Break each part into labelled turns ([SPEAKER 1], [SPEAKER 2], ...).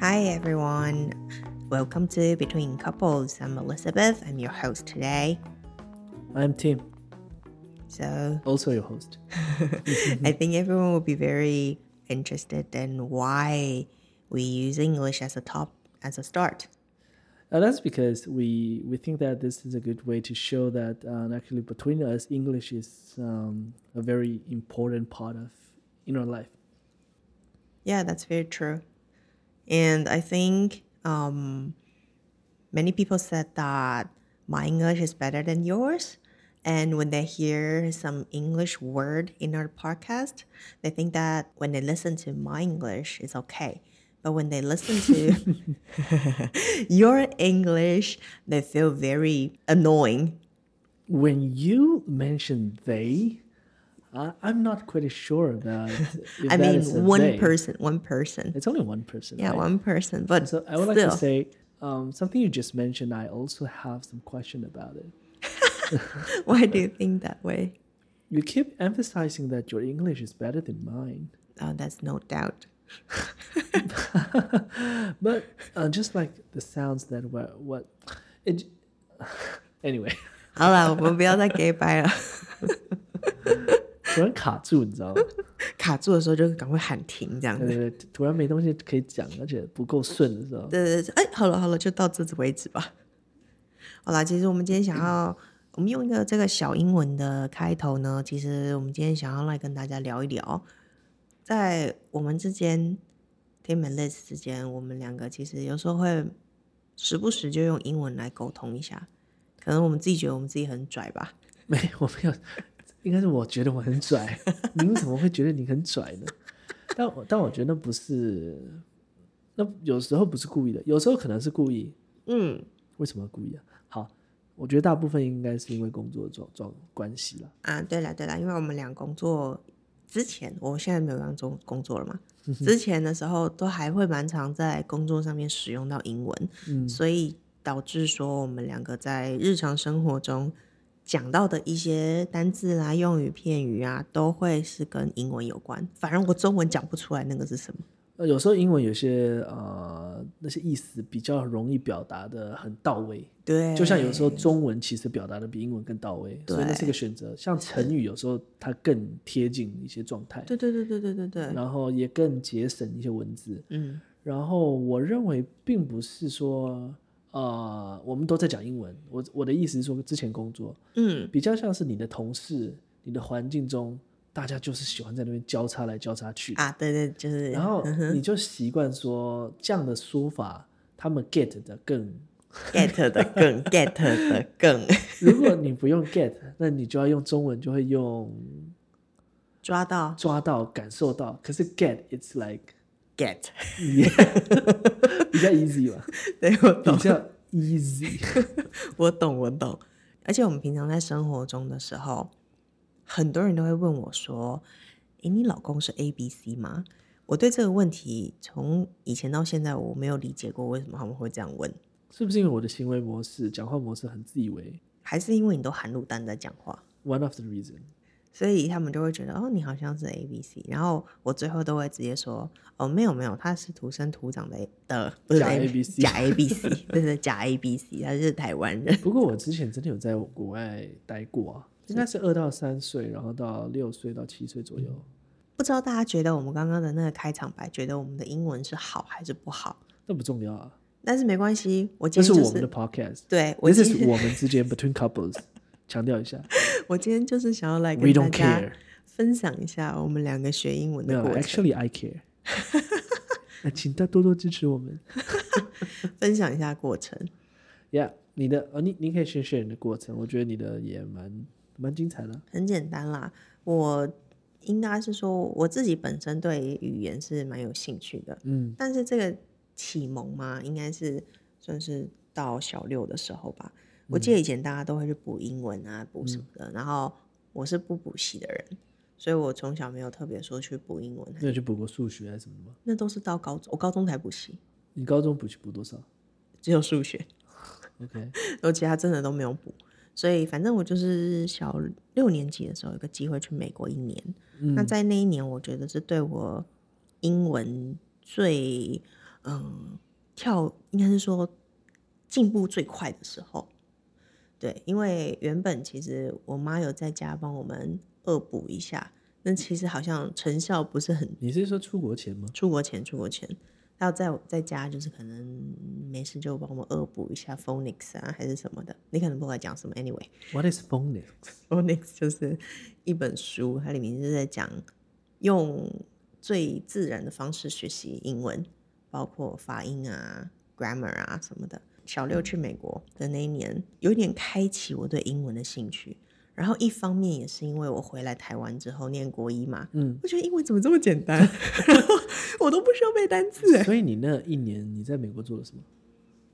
[SPEAKER 1] Hi everyone. Welcome to Between Couples. I'm Elizabeth. I'm your host today.
[SPEAKER 2] I'm Tim,
[SPEAKER 1] So,
[SPEAKER 2] also your host.
[SPEAKER 1] I think everyone will be very interested in why we use English as a top as a start.
[SPEAKER 2] Uh, that's because we we think that this is a good way to show that uh, actually between us, English is um, a very important part of in our life.
[SPEAKER 1] Yeah, that's very true. And I think um, many people said that my English is better than yours. And when they hear some English word in our podcast, they think that when they listen to my English, it's okay. But when they listen to your English, they feel very annoying.
[SPEAKER 2] When you mention they, I I'm not quite sure that. if
[SPEAKER 1] I
[SPEAKER 2] that is a
[SPEAKER 1] mean, one
[SPEAKER 2] they.
[SPEAKER 1] person, one person.
[SPEAKER 2] It's only one person.
[SPEAKER 1] Yeah,
[SPEAKER 2] right?
[SPEAKER 1] one person. But
[SPEAKER 2] So I would
[SPEAKER 1] still.
[SPEAKER 2] like to say um, something you just mentioned. I also have some question about it.
[SPEAKER 1] why do you think that way?
[SPEAKER 2] You keep emphasizing that your English is better than mine.
[SPEAKER 1] Oh, that's no doubt.
[SPEAKER 2] but uh, just like the sounds that were what it anyway
[SPEAKER 1] 好了，我们不要再给掰了。
[SPEAKER 2] 突然卡住你 知道吗
[SPEAKER 1] 卡住的时候就赶快喊停，这样
[SPEAKER 2] 对
[SPEAKER 1] 子。
[SPEAKER 2] 对对突然没东西可以讲而且不够顺的时候
[SPEAKER 1] 对对对，哎，好了好了，就到这为止吧。好啦，其实我们今天想要，我们用一个这个小英文的开头呢，其实我们今天想要来跟大家聊一聊，在我们之间，Tim and Liz 之间，我们两个其实有时候会时不时就用英文来沟通一下，可能我们自己觉得我们自己很拽吧。
[SPEAKER 2] 没 我没有应该是我觉得我 很拽你们怎么会觉得你很拽呢但我但我觉得不是那有时候不是故意的有时候可能是故意
[SPEAKER 1] 嗯
[SPEAKER 2] 为什么故意啊好我觉得大部分应该是因为工作状状关系了
[SPEAKER 1] 啊，对了对了，因为我们俩工作之前，我现在没有当中工作了嘛，
[SPEAKER 2] 嗯
[SPEAKER 1] 之前的时候都还会蛮常在工作上面使用到英文，
[SPEAKER 2] 嗯
[SPEAKER 1] 所以导致说我们两个在日常生活中讲到的一些单字啦、用语、片语啊，都会是跟英文有关。反正我中文讲不出来那个是什么。
[SPEAKER 2] 呃，有时候英文有些呃那些意思比较容易表达的很到位，
[SPEAKER 1] 对，
[SPEAKER 2] 就像有时候中文其实表达的比英文更到位，所以那是
[SPEAKER 1] 对
[SPEAKER 2] 一个选择。像成语有时候它更贴近一些状态，
[SPEAKER 1] 对对对对对对对，
[SPEAKER 2] 然后也更节省一些文字。
[SPEAKER 1] 嗯，
[SPEAKER 2] 然后我认为并不是说呃我们都在讲英文，我我的意思是说之前工作
[SPEAKER 1] 嗯，
[SPEAKER 2] 比较像是你的同事、你的环境中，大家就是喜欢在那边交叉来交叉去的。
[SPEAKER 1] 啊，对对，就是，
[SPEAKER 2] 然后你就习惯说这样的说法，他们 get 的更。
[SPEAKER 1] get 的更 get 的 更
[SPEAKER 2] 如果你不用 get，那 你就要用中文，就会用
[SPEAKER 1] 抓到
[SPEAKER 2] 抓到、感受到。可是 get it's like
[SPEAKER 1] get，
[SPEAKER 2] 比较 easy 嘛，
[SPEAKER 1] 对我懂
[SPEAKER 2] 比。 较 easy。
[SPEAKER 1] 我懂，我懂。而且我们平常在生活中的时候，很多人都会问我说：“诶，你老公是 A B C 吗？”我对这个问题从以前到现在，我没有理解过为什么他们会这样问，
[SPEAKER 2] 是不是因为我的行为模式、讲话模式很自以为
[SPEAKER 1] 还是因为你都含卤蛋在讲话，
[SPEAKER 2] ？One of the reason，
[SPEAKER 1] 所以他们就会觉得哦，你好像是 A B C。然后我最后都会直接说：“哦，没有没有，他是土生土长的 A- 的不是
[SPEAKER 2] 假
[SPEAKER 1] A-
[SPEAKER 2] ABC
[SPEAKER 1] 假 A B C，对对，假 A B C，他是台湾人。”
[SPEAKER 2] 不过我之前真的有在国外待过啊，应该是二到三岁，然后到六岁到七岁左右。
[SPEAKER 1] 不知道大家觉得我们刚刚的那个开场白，觉得我们的英文是好还是不好？
[SPEAKER 2] 那不重要啊，
[SPEAKER 1] 但是没关系，我
[SPEAKER 2] 这
[SPEAKER 1] 今
[SPEAKER 2] 是
[SPEAKER 1] 天就
[SPEAKER 2] 我
[SPEAKER 1] 是
[SPEAKER 2] 们的 podcast。
[SPEAKER 1] 对我
[SPEAKER 2] This
[SPEAKER 1] 今
[SPEAKER 2] is
[SPEAKER 1] 天
[SPEAKER 2] 我们之间 between couples，强调一下
[SPEAKER 1] 我今天就是想要来
[SPEAKER 2] ，we
[SPEAKER 1] 跟大
[SPEAKER 2] don't
[SPEAKER 1] 家
[SPEAKER 2] care。
[SPEAKER 1] 分享一下我们两个学英文
[SPEAKER 2] 没
[SPEAKER 1] 的
[SPEAKER 2] 有
[SPEAKER 1] 过程，
[SPEAKER 2] ，actually I care 那请大家多多支持我们。
[SPEAKER 1] 分享一下过程。
[SPEAKER 2] Yeah，你的呃，你你可以先 share 你的过程，我觉得你的也蛮蛮精彩的。
[SPEAKER 1] 很简单啦，我应该是说我自己本身对于语言是蛮有兴趣的，
[SPEAKER 2] 嗯，
[SPEAKER 1] 但是这个启蒙嘛，应该是算是到小六的时候吧。我记得以前大家都会去补英文啊，补什么的，然后我是不补习的人，所以我从小没有特别说去补英文，啊
[SPEAKER 2] 你有去补过数学还是什么的吗？
[SPEAKER 1] 那都是到高中，我高中才补习，
[SPEAKER 2] 你高中补习补多少
[SPEAKER 1] 只有数学，
[SPEAKER 2] ？OK，
[SPEAKER 1] 然后其他真的都没有补。所以反正我就是小六年级的时候有个机会去美国一年，那在那一年，我觉得是对我英文最嗯跳，应该是说进步最快的时候。对，因为原本其实我妈有在家帮我们恶补一下，但其实好像成效不是很
[SPEAKER 2] 你是说出国前吗？
[SPEAKER 1] 出国前，出国前，然后在在家就是可能没事就帮我们恶补一下 phonics 啊，还是什么的。你可能不知道讲什么，anyway，phonics
[SPEAKER 2] What is phonics？
[SPEAKER 1] 就是一本书，它里面就是在讲用最自然的方式学习英文，包括发音啊、grammar 啊什么的。小六去美国的那一年，有点开启我对英文的兴趣。然后一方面也是因为我回来台湾之后念国一嘛，
[SPEAKER 2] 嗯，
[SPEAKER 1] 我觉得英文怎么这么简单， 然后我都不需要背单词 哎。
[SPEAKER 2] 所以你那一年你在美国做了什么？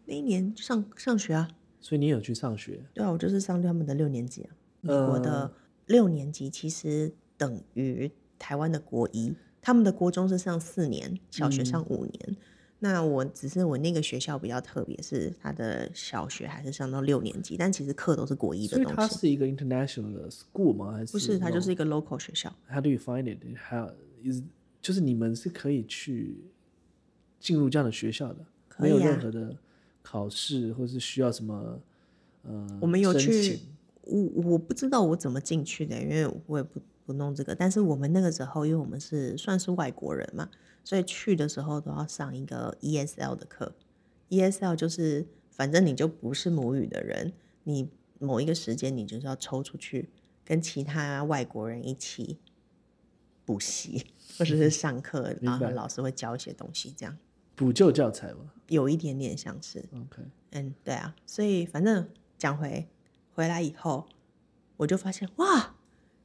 [SPEAKER 1] 那一年就上上学啊，
[SPEAKER 2] 所以你也有去上学？
[SPEAKER 1] 对啊，我就是上他们的六年级啊。美
[SPEAKER 2] 呃
[SPEAKER 1] 国的六年级其实等于台湾的国一，他们的国中是上四年，小
[SPEAKER 2] 嗯
[SPEAKER 1] 学上五年。那我只是我那个学校比较特别，是他的小学还是上到六年级，但其实课都是国一的
[SPEAKER 2] 所以哦它
[SPEAKER 1] 东西。
[SPEAKER 2] 是一个 international 的 school 吗？还是
[SPEAKER 1] 不是，它就是
[SPEAKER 2] no？
[SPEAKER 1] 一个 local 学校。
[SPEAKER 2] How do you find it? How is 就是你们是可以去进入这样的学校的，
[SPEAKER 1] 可
[SPEAKER 2] 没
[SPEAKER 1] 以啊
[SPEAKER 2] 有任何的考试或是需要什么呃，
[SPEAKER 1] 我们有
[SPEAKER 2] 申
[SPEAKER 1] 去
[SPEAKER 2] 请，
[SPEAKER 1] 我我不知道我怎么进去的，因为我也不不弄这个。但是我们那个时候，因为我们是算是外国人嘛，所以去的时候都要上一个 ESL 的课。ESL 就是反正你就不是母语的人，你某一个时间你就是要抽出去跟其他外国人一起补习或者是上课，然后
[SPEAKER 2] 明白
[SPEAKER 1] 老师会教一些东西，这样
[SPEAKER 2] 补救教材吗
[SPEAKER 1] 有一点点像是。
[SPEAKER 2] ？OK，
[SPEAKER 1] 嗯，对啊，所以反正讲回回来以后，我就发现哇，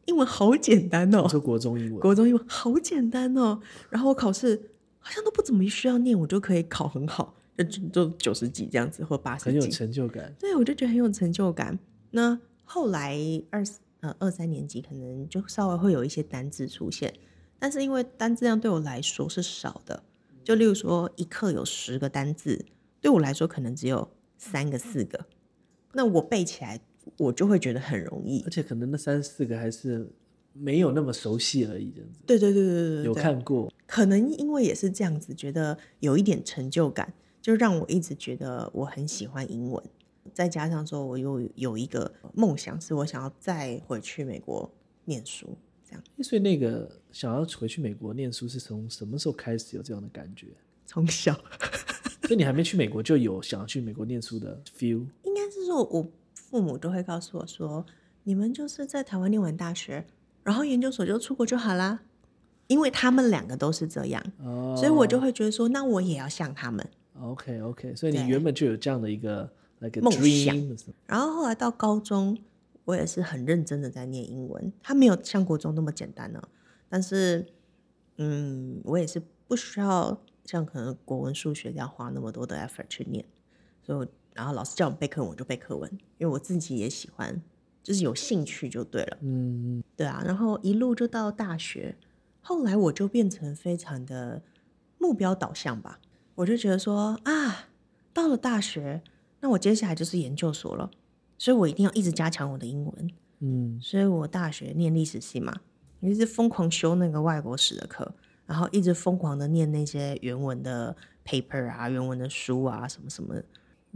[SPEAKER 1] 英文好简单
[SPEAKER 2] 我
[SPEAKER 1] 哦，
[SPEAKER 2] 说国中英文，
[SPEAKER 1] 国中英文好简单哦，然后我考试好像都不怎么需要念，我就可以考很好，就就就九十几这样子或八十
[SPEAKER 2] 很有
[SPEAKER 1] 几，
[SPEAKER 2] 成就感。
[SPEAKER 1] 对我就觉得很有成就感。那后来二呃二三年级可能就稍微会有一些单字出现，但是因为单字量对我来说是少的，就例如说一课有十个单字，对我来说可能只有三个四个，那我背起来我就会觉得很容易
[SPEAKER 2] 而。且可能那三四个还是没有那么熟悉而已，这样子。
[SPEAKER 1] 对对对对对对，
[SPEAKER 2] 有
[SPEAKER 1] 对
[SPEAKER 2] 看过，
[SPEAKER 1] 可能因为也是这样子，觉得有一点成就感，就让我一直觉得我很喜欢英文。再加上说，我又有一个梦想，是我想要再回去美国念书，这样
[SPEAKER 2] 所以那个想要回去美国念书是从什么时候开始有这样的感觉？
[SPEAKER 1] 从小
[SPEAKER 2] 所以你还没去美国就有想要去美国念书的 feel，
[SPEAKER 1] 应该是说，我父母都会告诉我说，你们就是在台湾念完大学，然后研究所就出国就好啦，因为他们两个都是这样，
[SPEAKER 2] 哦
[SPEAKER 1] 所以我就会觉得说，那我也要像他们。
[SPEAKER 2] OK OK，所以
[SPEAKER 1] 对
[SPEAKER 2] 你原本就有这样的一个 like a
[SPEAKER 1] 梦想
[SPEAKER 2] dream，什么
[SPEAKER 1] 然后后来到高中，我也是很认真的在念英文，它没有像国中那么简单呢、但是，嗯，我也是不需要像可能国文、数学要花那么多的 effort 去念，所以我然后老师叫我背课文，我就背课文，因为我自己也喜欢，就是有兴趣就对了。
[SPEAKER 2] 嗯，
[SPEAKER 1] 对啊，然后一路就到大学，后来我就变成非常的目标导向吧，我就觉得说啊，到了大学，那我接下来就是研究所了，所以我一定要一直加强我的英文，
[SPEAKER 2] 嗯，
[SPEAKER 1] 所以我大学念历史系嘛，一直疯狂修那个外国史的课，然后一直疯狂的念那些原文的 paper 啊、原文的书啊什么什么的，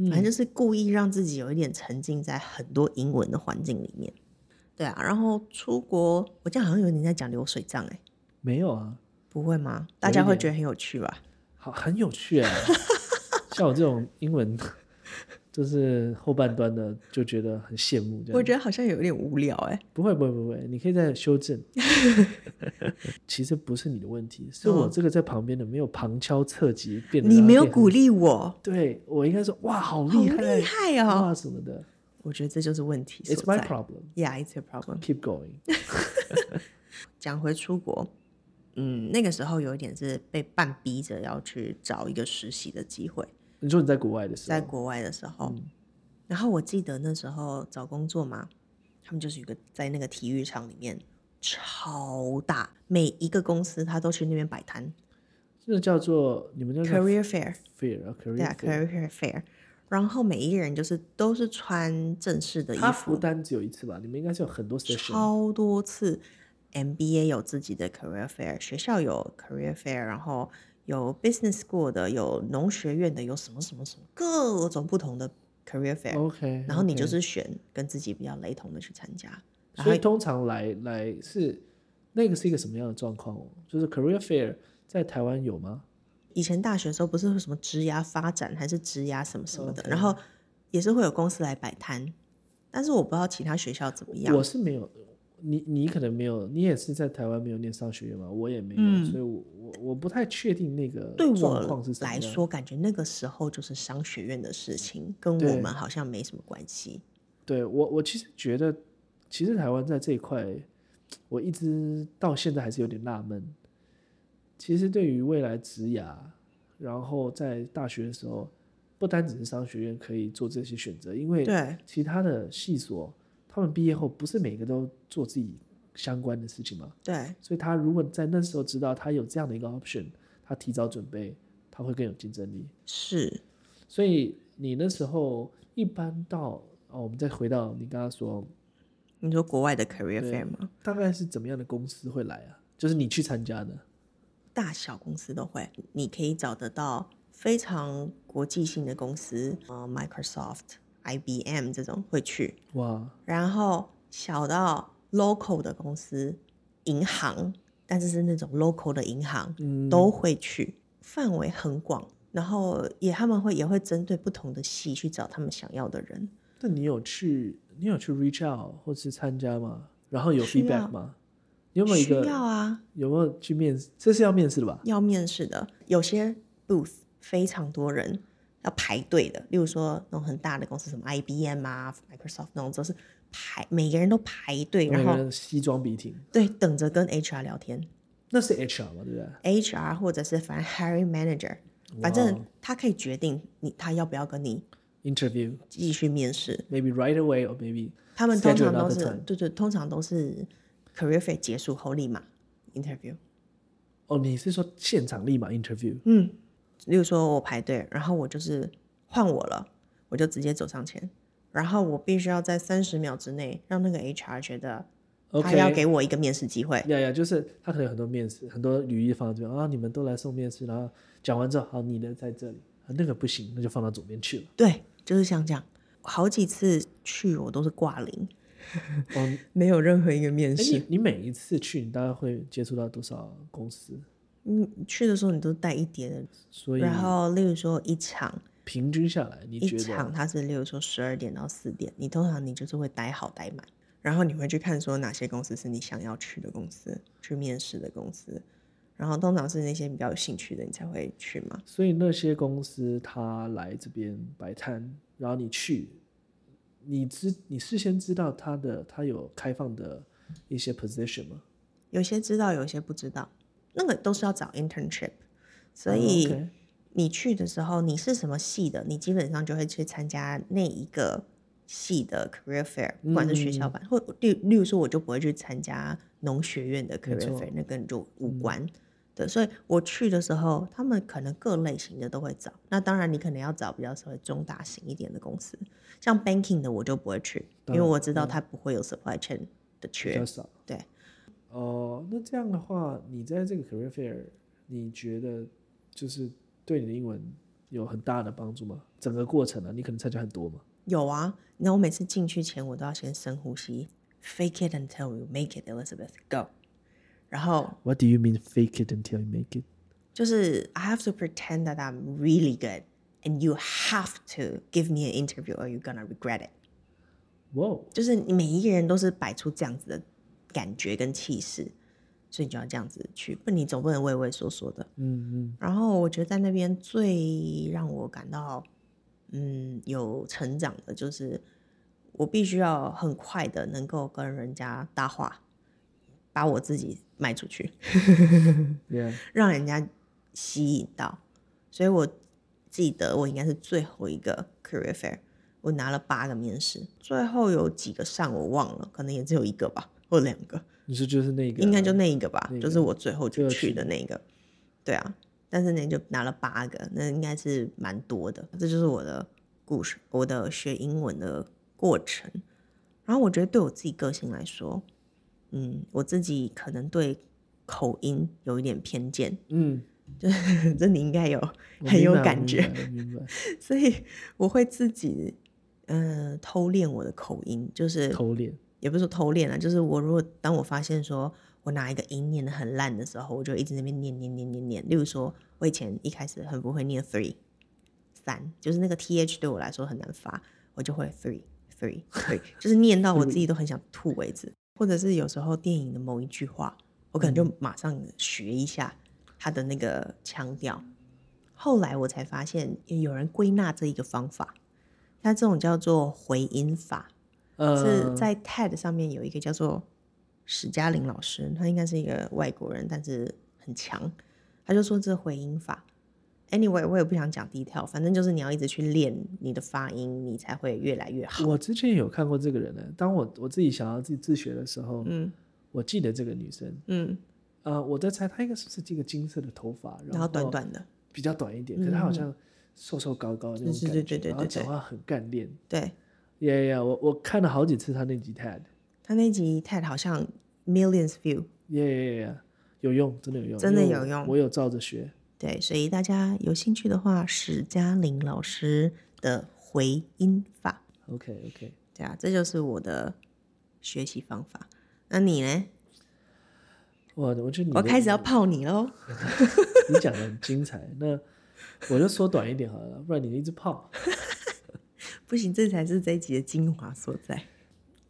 [SPEAKER 1] 反正就是故意让自己有一点沉浸在很多英文的环境里面。对啊，然后出国，我这样好像有点在讲流水账哎、
[SPEAKER 2] 没有啊，
[SPEAKER 1] 不会吗？大家会
[SPEAKER 2] 点
[SPEAKER 1] 觉得很有趣吧？
[SPEAKER 2] 好，很有趣啊。 像我这种英文就是后半段的，就觉得很羡慕这样。
[SPEAKER 1] 我觉得好像有点无聊哎、
[SPEAKER 2] 不会不会不会，你可以再修正。 其实不是你的问题，是我这个在旁边的没有旁敲侧击，变得
[SPEAKER 1] 嗯你
[SPEAKER 2] 让它
[SPEAKER 1] 没有
[SPEAKER 2] 变
[SPEAKER 1] 鼓励我，
[SPEAKER 2] 对我应该说哇，好
[SPEAKER 1] 好
[SPEAKER 2] 厉害，
[SPEAKER 1] 厉害哦！
[SPEAKER 2] 哇什么的。
[SPEAKER 1] 我觉得这就是问题
[SPEAKER 2] It's
[SPEAKER 1] 所
[SPEAKER 2] my
[SPEAKER 1] 在。
[SPEAKER 2] problem.
[SPEAKER 1] Yeah, it's a problem.
[SPEAKER 2] Keep going.
[SPEAKER 1] 讲回出国，嗯，那个时候有一点是被半逼着要去找一个实习的机会，
[SPEAKER 2] 你说你在国外的时
[SPEAKER 1] 在
[SPEAKER 2] 候，
[SPEAKER 1] 国外的时候。然后我记得那时候找工作嘛，他们就是有个在那个体育场里面超大，每一个公司他都去那边摆摊
[SPEAKER 2] 这叫做你们叫做
[SPEAKER 1] ，career fair。
[SPEAKER 2] fear 啊
[SPEAKER 1] 对
[SPEAKER 2] ，career
[SPEAKER 1] 啊
[SPEAKER 2] fair。
[SPEAKER 1] ，career fair。然后每一个人就是都是穿正式的衣
[SPEAKER 2] 他不
[SPEAKER 1] 服，
[SPEAKER 2] 单只有一次吧？你们应该是有很多 session。
[SPEAKER 1] 超多次。MBA 有自己的 career fair，学校有 career fair，然后有 business school 的，有农学院的，有什么什么什么各种不同的 career fair，、
[SPEAKER 2] OK，
[SPEAKER 1] 欸然后你就
[SPEAKER 2] 哦 OK
[SPEAKER 1] 是选跟自己比较雷同的去参加。然
[SPEAKER 2] 所
[SPEAKER 1] 后
[SPEAKER 2] 以通常来来是那个是一个什么样的状况哦？就是 career fair 在台湾有吗？
[SPEAKER 1] 以前大学的时候不是会什么职涯发展还是职涯什么什么的，
[SPEAKER 2] 哦
[SPEAKER 1] 然后也是会有公司来摆摊，但是我不知道其他学校怎么样。
[SPEAKER 2] 我是没有，你你可能没有，你也是在台湾没有念商学院嘛？我也没有，所以我我我不太确定那个
[SPEAKER 1] 嗯对
[SPEAKER 2] 状况
[SPEAKER 1] 我
[SPEAKER 2] 是什么
[SPEAKER 1] 来
[SPEAKER 2] 样。
[SPEAKER 1] 说，感觉那个时候就是商学院的事情，跟
[SPEAKER 2] 对
[SPEAKER 1] 我们好像没什么关系。
[SPEAKER 2] 对我我其实觉得，其实台湾在这一块，我一直到现在还是有点纳闷。其实对于未来职涯，然后在大学的时候，不单只是商学院可以做这些选择，因为
[SPEAKER 1] 对，
[SPEAKER 2] 其他的系所，他们毕业后不是每个都做自己相关的事情嘛？
[SPEAKER 1] 对，
[SPEAKER 2] 所以他如果在那时候知道他有这样的一个 option，他提早准备，他会更有竞争力。
[SPEAKER 1] 是，
[SPEAKER 2] 所以你那时候一般到哦，我们再回到你刚刚说，
[SPEAKER 1] 你说国外的 career
[SPEAKER 2] 对
[SPEAKER 1] fair 吗？
[SPEAKER 2] 大概是怎么样的公司会来啊？就是你去参加的，
[SPEAKER 1] 大小公司都会，你可以找得到非常国际性的公司，呃，Microsoft、IBM 这种会去，
[SPEAKER 2] 哇，
[SPEAKER 1] 然后小到 local 的公司、银行，但是是那种 local 的银行，
[SPEAKER 2] 嗯
[SPEAKER 1] 都会去，范围很广。然后也他们会也会针对不同的系去找他们想要的人。
[SPEAKER 2] 那你有去，你有去 reach out 或是参加吗？然后有
[SPEAKER 1] 需要
[SPEAKER 2] feedback 吗？你有没有一
[SPEAKER 1] 需
[SPEAKER 2] 个
[SPEAKER 1] 要啊，
[SPEAKER 2] 有没有去面试？这是要面试的吧？
[SPEAKER 1] 要面试的，有些 booth 非常多人要排队的，例如说那种很大的公司，什么 IBM 啊、Microsoft 那种，都是排每个人都排队，
[SPEAKER 2] 每
[SPEAKER 1] 然
[SPEAKER 2] 个
[SPEAKER 1] 后
[SPEAKER 2] 人西装笔挺，
[SPEAKER 1] 对等着跟 HR 聊天。
[SPEAKER 2] 那是 HR 嘛，对不对？
[SPEAKER 1] HR 或者是反正 hiring manager，反正他可以决定你他要不要跟你
[SPEAKER 2] interview
[SPEAKER 1] 继续面试。
[SPEAKER 2] maybe right away or maybe
[SPEAKER 1] 他们通
[SPEAKER 2] Schedule
[SPEAKER 1] 常都
[SPEAKER 2] another
[SPEAKER 1] 是
[SPEAKER 2] time
[SPEAKER 1] 对对，通常都是 career fair 结束后立马 interview。
[SPEAKER 2] 哦，你是说现场立马 interview？
[SPEAKER 1] 嗯，例如说我排队，然后我就是换我了，我就直接走上前，然后我必须要在三十秒之内让那个 HR 觉得他
[SPEAKER 2] OK
[SPEAKER 1] 要给我一个面试机会。
[SPEAKER 2] 呀呀，就是他可能有很多面试，很多履历放在这边啊，你们都来送面试，然后讲完之后，好，你的在这里，啊，那个不行，那就放到左边 去了。
[SPEAKER 1] 对，就是像这样。好几次去我都是挂零，
[SPEAKER 2] 哦，哎
[SPEAKER 1] 没有任何一个面试。
[SPEAKER 2] 你你每一次去，你大概会接触到多少公司？
[SPEAKER 1] 嗯，去的时候你都带一叠的
[SPEAKER 2] 所以
[SPEAKER 1] 然后，例如说一场
[SPEAKER 2] 平均下来，你
[SPEAKER 1] 一
[SPEAKER 2] 觉得
[SPEAKER 1] 场，它是例如说十二点到四点，你通常你就是会待好待满，然后你会去看说哪些公司是你想要去的公司，去面试的公司，然后通常是那些比较有兴趣的你才会去嘛。
[SPEAKER 2] 所以那些公司他来这边摆摊，然后你去，你知你事先知道他的他有开放的一些 position 吗？
[SPEAKER 1] 有些知道，有些不知道，那个都是要找 internship，所
[SPEAKER 2] 哦
[SPEAKER 1] 以。
[SPEAKER 2] ，OK
[SPEAKER 1] 你去的时候，你是什么系的，你基本上就会去参加那一个系的 career fair，不管是学
[SPEAKER 2] 嗯
[SPEAKER 1] 校版，或例例如说，我就不会去参加农学院的
[SPEAKER 2] 没
[SPEAKER 1] career
[SPEAKER 2] 错嗯
[SPEAKER 1] fair，那跟你就无关。对，所以我去的时候，他们可能各类型的都会找。那当然，你可能要找比较稍微中大型一点的公司，像 banking 的我就不会去，因为我知道它不会有 supply chain 的
[SPEAKER 2] 比
[SPEAKER 1] 缺
[SPEAKER 2] 较。少。
[SPEAKER 1] 对，
[SPEAKER 2] 哦，那这样的话，你在这个 career fair，你觉得就是对你的英文有很大的帮助吗？整个过程呢、啊你可能参加很多嘛？
[SPEAKER 1] 有啊，你知道我每次进去前，我都要先深呼吸，fake it until you make it, Elizabeth, go。然后
[SPEAKER 2] What do you mean fake it until you make it？
[SPEAKER 1] 就是 I have to pretend that I'm really good, and you have to give me an interview, or you're gonna regret it。
[SPEAKER 2] 哇哦，
[SPEAKER 1] 就是你每一个人都是摆出这样子的感觉跟气势，所以你就要这样子去，不然你总不能畏畏缩缩的。
[SPEAKER 2] 嗯
[SPEAKER 1] 然后我觉得在那边最让我感到嗯有成长的，就是我必须要很快的能够跟人家搭话，把我自己卖出去，
[SPEAKER 2] 嗯，Yeah，
[SPEAKER 1] 让人家吸引到。所以我记得我应该是最后一个 career fair，我拿了八个面试，最后有几个上我忘了，可能也只有一个吧，或两个。
[SPEAKER 2] 你说就是那个，
[SPEAKER 1] 应该就那一个吧，
[SPEAKER 2] 那
[SPEAKER 1] 就是我最后就
[SPEAKER 2] 就
[SPEAKER 1] 去
[SPEAKER 2] 是
[SPEAKER 1] 的那个。对啊，但是你就拿了八个，那应该是蛮多的。这就是我的故事，我的学英文的过程。然后我觉得对我自己个性来说，嗯，我自己可能对口音有一点偏见，
[SPEAKER 2] 嗯，
[SPEAKER 1] 这这你应该有
[SPEAKER 2] 我
[SPEAKER 1] 很有
[SPEAKER 2] 明白
[SPEAKER 1] 感觉，
[SPEAKER 2] 我明白，我明白
[SPEAKER 1] 所以我会自己嗯、呃偷练我的口音，就是
[SPEAKER 2] 偷练，
[SPEAKER 1] 也不是说偷练啊，就是我如果当我发现说我哪一个音念的很烂的时候，我就一直在那边念念念念念。例如说，我以前一开始很不会念 three 三，就是那个 th 对我来说很难发，我就会 three three three，就是念到我自己都很想吐为止。或者是有时候电影的某一句话，我可能就马上学一下它的那个腔调。后来我才发现有人归纳这一个方法，它这种叫做回音法。是
[SPEAKER 2] 呃，
[SPEAKER 1] 在 TED 上面有一个叫做史嘉玲老师，他应该是一个外国人，但是很强。他就说这回音法。Anyway，我也不想讲 detail，反正就是你要一直去练你的发音，你才会越来越好。
[SPEAKER 2] 我之前有看过这个人呢。当我我自己想要自己自学的时候，
[SPEAKER 1] 嗯
[SPEAKER 2] 我记得这个女生，
[SPEAKER 1] 嗯，
[SPEAKER 2] 呃，我在猜她应该是不是一个金色的头发，
[SPEAKER 1] 然后短短的，
[SPEAKER 2] 比较短一点，可是她好像瘦瘦高高的那种
[SPEAKER 1] 是
[SPEAKER 2] 感觉，
[SPEAKER 1] 是对对对
[SPEAKER 2] 然后
[SPEAKER 1] 对对
[SPEAKER 2] 讲话很干练。
[SPEAKER 1] 对
[SPEAKER 2] 呀呀，我我看了好几次她那集 TED，
[SPEAKER 1] 他那集 TED 好像 millions view，
[SPEAKER 2] 呀呀呀，有用，真的有用，
[SPEAKER 1] 真的
[SPEAKER 2] 因为
[SPEAKER 1] 有
[SPEAKER 2] 我
[SPEAKER 1] 用
[SPEAKER 2] 我有照着学。
[SPEAKER 1] 对，所以大家有兴趣的话，史嘉玲老师的回音法，
[SPEAKER 2] OK OK，
[SPEAKER 1] 对啊，这就是我的学习方法。那你呢？
[SPEAKER 2] 哇，我觉得你
[SPEAKER 1] 我
[SPEAKER 2] 的
[SPEAKER 1] 开始要泡你喽。
[SPEAKER 2] 你讲的很精彩，那我就缩短一点好了，不然你一直泡。
[SPEAKER 1] 不行，这才是这一集的精华所在。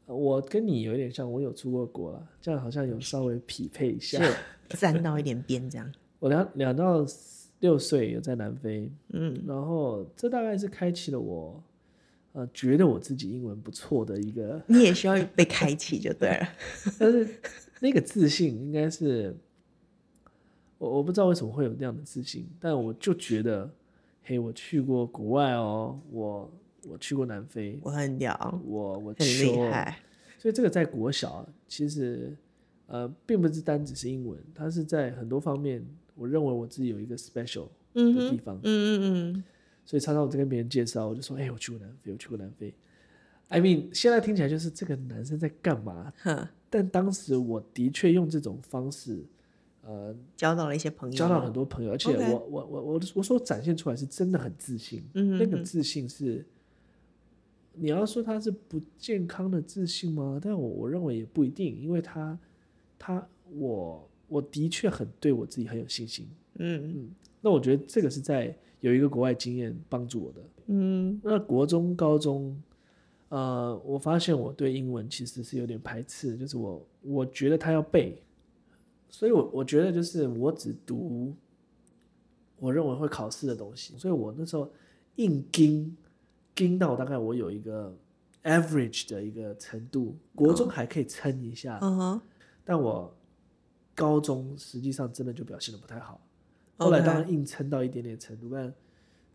[SPEAKER 2] 我跟你有一点像，我有出过国啦，这样好像有稍微匹配一下。
[SPEAKER 1] 站到一点边这样。
[SPEAKER 2] 我两两到六岁有在南非，
[SPEAKER 1] 嗯，
[SPEAKER 2] 然后这大概是开启了我，呃，觉得我自己英文不错的一个，
[SPEAKER 1] 你也需要被开启就对了。
[SPEAKER 2] 但是那个自信应该是，我我不知道为什么会有那样的自信，但我就觉得，嘿，我去过国外哦，我我去过南非，
[SPEAKER 1] 我很屌，
[SPEAKER 2] 我我
[SPEAKER 1] 很
[SPEAKER 2] 去
[SPEAKER 1] 厉害。
[SPEAKER 2] 所以这个在国小啊其实呃，并不是单只是英文，它是在很多方面，我认为我自己有一个 special
[SPEAKER 1] 嗯
[SPEAKER 2] 的
[SPEAKER 1] 哼，
[SPEAKER 2] 地方，
[SPEAKER 1] 嗯嗯嗯，
[SPEAKER 2] 所以常常我在跟别人介绍，我就说，哎、我去过南非，我去过南非。I mean，现在听起来就是这个男生在干嘛？
[SPEAKER 1] 哼，
[SPEAKER 2] 但当时我的确用这种方式，呃，
[SPEAKER 1] 交到了一些朋友，
[SPEAKER 2] 交到很多朋友，而且
[SPEAKER 1] OK
[SPEAKER 2] 我我我我我所展现出来是真的很自信，
[SPEAKER 1] 嗯
[SPEAKER 2] 那个自信是，你要说它是不健康的自信吗？但我我认为也不一定，因为他他我我的确很对我自己很有信心。
[SPEAKER 1] 嗯
[SPEAKER 2] 那我觉得这个是在有一个国外经验帮助我的。
[SPEAKER 1] 嗯
[SPEAKER 2] 那国中、高中，呃，我发现我对英文其实是有点排斥，就是我我觉得他要背，所以我我觉得就是我只读我认为会考试的东西，所以我那时候硬盯盯到大概我有一个 average 的一个程度，国中还可以撑一下，
[SPEAKER 1] 嗯哼，
[SPEAKER 2] 但我高中实际上真的就表现的不太好。后来当然硬撑到一点点程度，但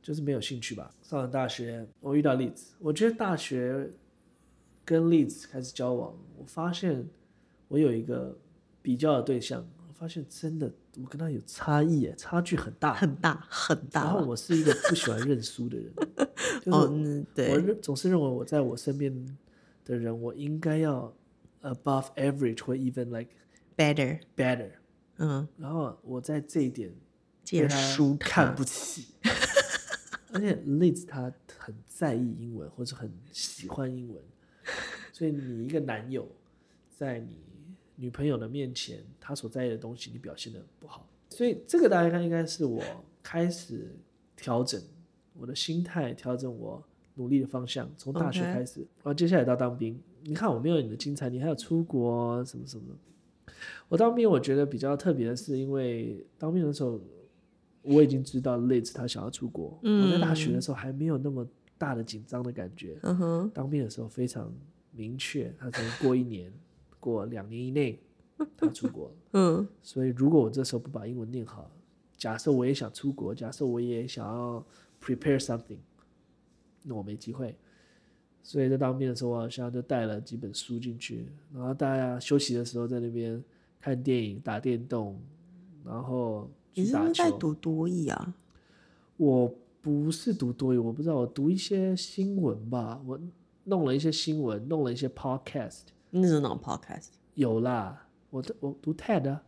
[SPEAKER 2] 就是没有兴趣吧。上了大学，我遇到例子，我觉得大学跟例子开始交往，我发现我有一个比较的对象，我发现真的我跟他有差异耶，差距很大。
[SPEAKER 1] 很大很
[SPEAKER 2] 然
[SPEAKER 1] 大
[SPEAKER 2] 后
[SPEAKER 1] 了。
[SPEAKER 2] 我是一个不喜欢认输的 人，就是
[SPEAKER 1] 哦，嗯
[SPEAKER 2] 我
[SPEAKER 1] 对，
[SPEAKER 2] 认总是认为我在我身边的人，我应该要 above average 或 even like
[SPEAKER 1] ，better，
[SPEAKER 2] better。
[SPEAKER 1] 嗯，
[SPEAKER 2] 然后我在这一点
[SPEAKER 1] 借
[SPEAKER 2] 被
[SPEAKER 1] 着
[SPEAKER 2] 他
[SPEAKER 1] 书
[SPEAKER 2] 看不起。 而且 Liz 他很在意英文，或是很喜欢英文，所以你一个男友在你女朋友的面前，他所在意的东西，你表现的不好，所以这个大概应该是我开始调整我的心态，调整我努力的方向，从大学
[SPEAKER 1] OK
[SPEAKER 2] 开始然后接下来到当兵。你看我没有你的精彩，你还有出国什么什么的。我当兵，我觉得比较特别的是，因为当兵的时候，我已经知道 Liz 他想要出国。
[SPEAKER 1] 嗯
[SPEAKER 2] 我在大学的时候还没有那么大的紧张的感觉，
[SPEAKER 1] 嗯哼，
[SPEAKER 2] 当兵的时候非常明确，他只能过一年，过两年以内他出国了。
[SPEAKER 1] 嗯
[SPEAKER 2] 所以如果我这时候不把英文念好，假设我也想出国，假设我也想要 prepare something，那我没机会。所以在当兵的时候，我好像就带了几本书进去，然后大家休息的时候在那边看电影、打电动，然后
[SPEAKER 1] 你
[SPEAKER 2] 去
[SPEAKER 1] 是不
[SPEAKER 2] 打
[SPEAKER 1] 是在
[SPEAKER 2] 球。
[SPEAKER 1] 读多义啊？
[SPEAKER 2] 我不是读多语，我不知道，我读一些新闻吧，我弄了一些新闻，弄了一些 podcast，
[SPEAKER 1] 那是哪种 podcast？
[SPEAKER 2] 有啦，我我读 TED 啊，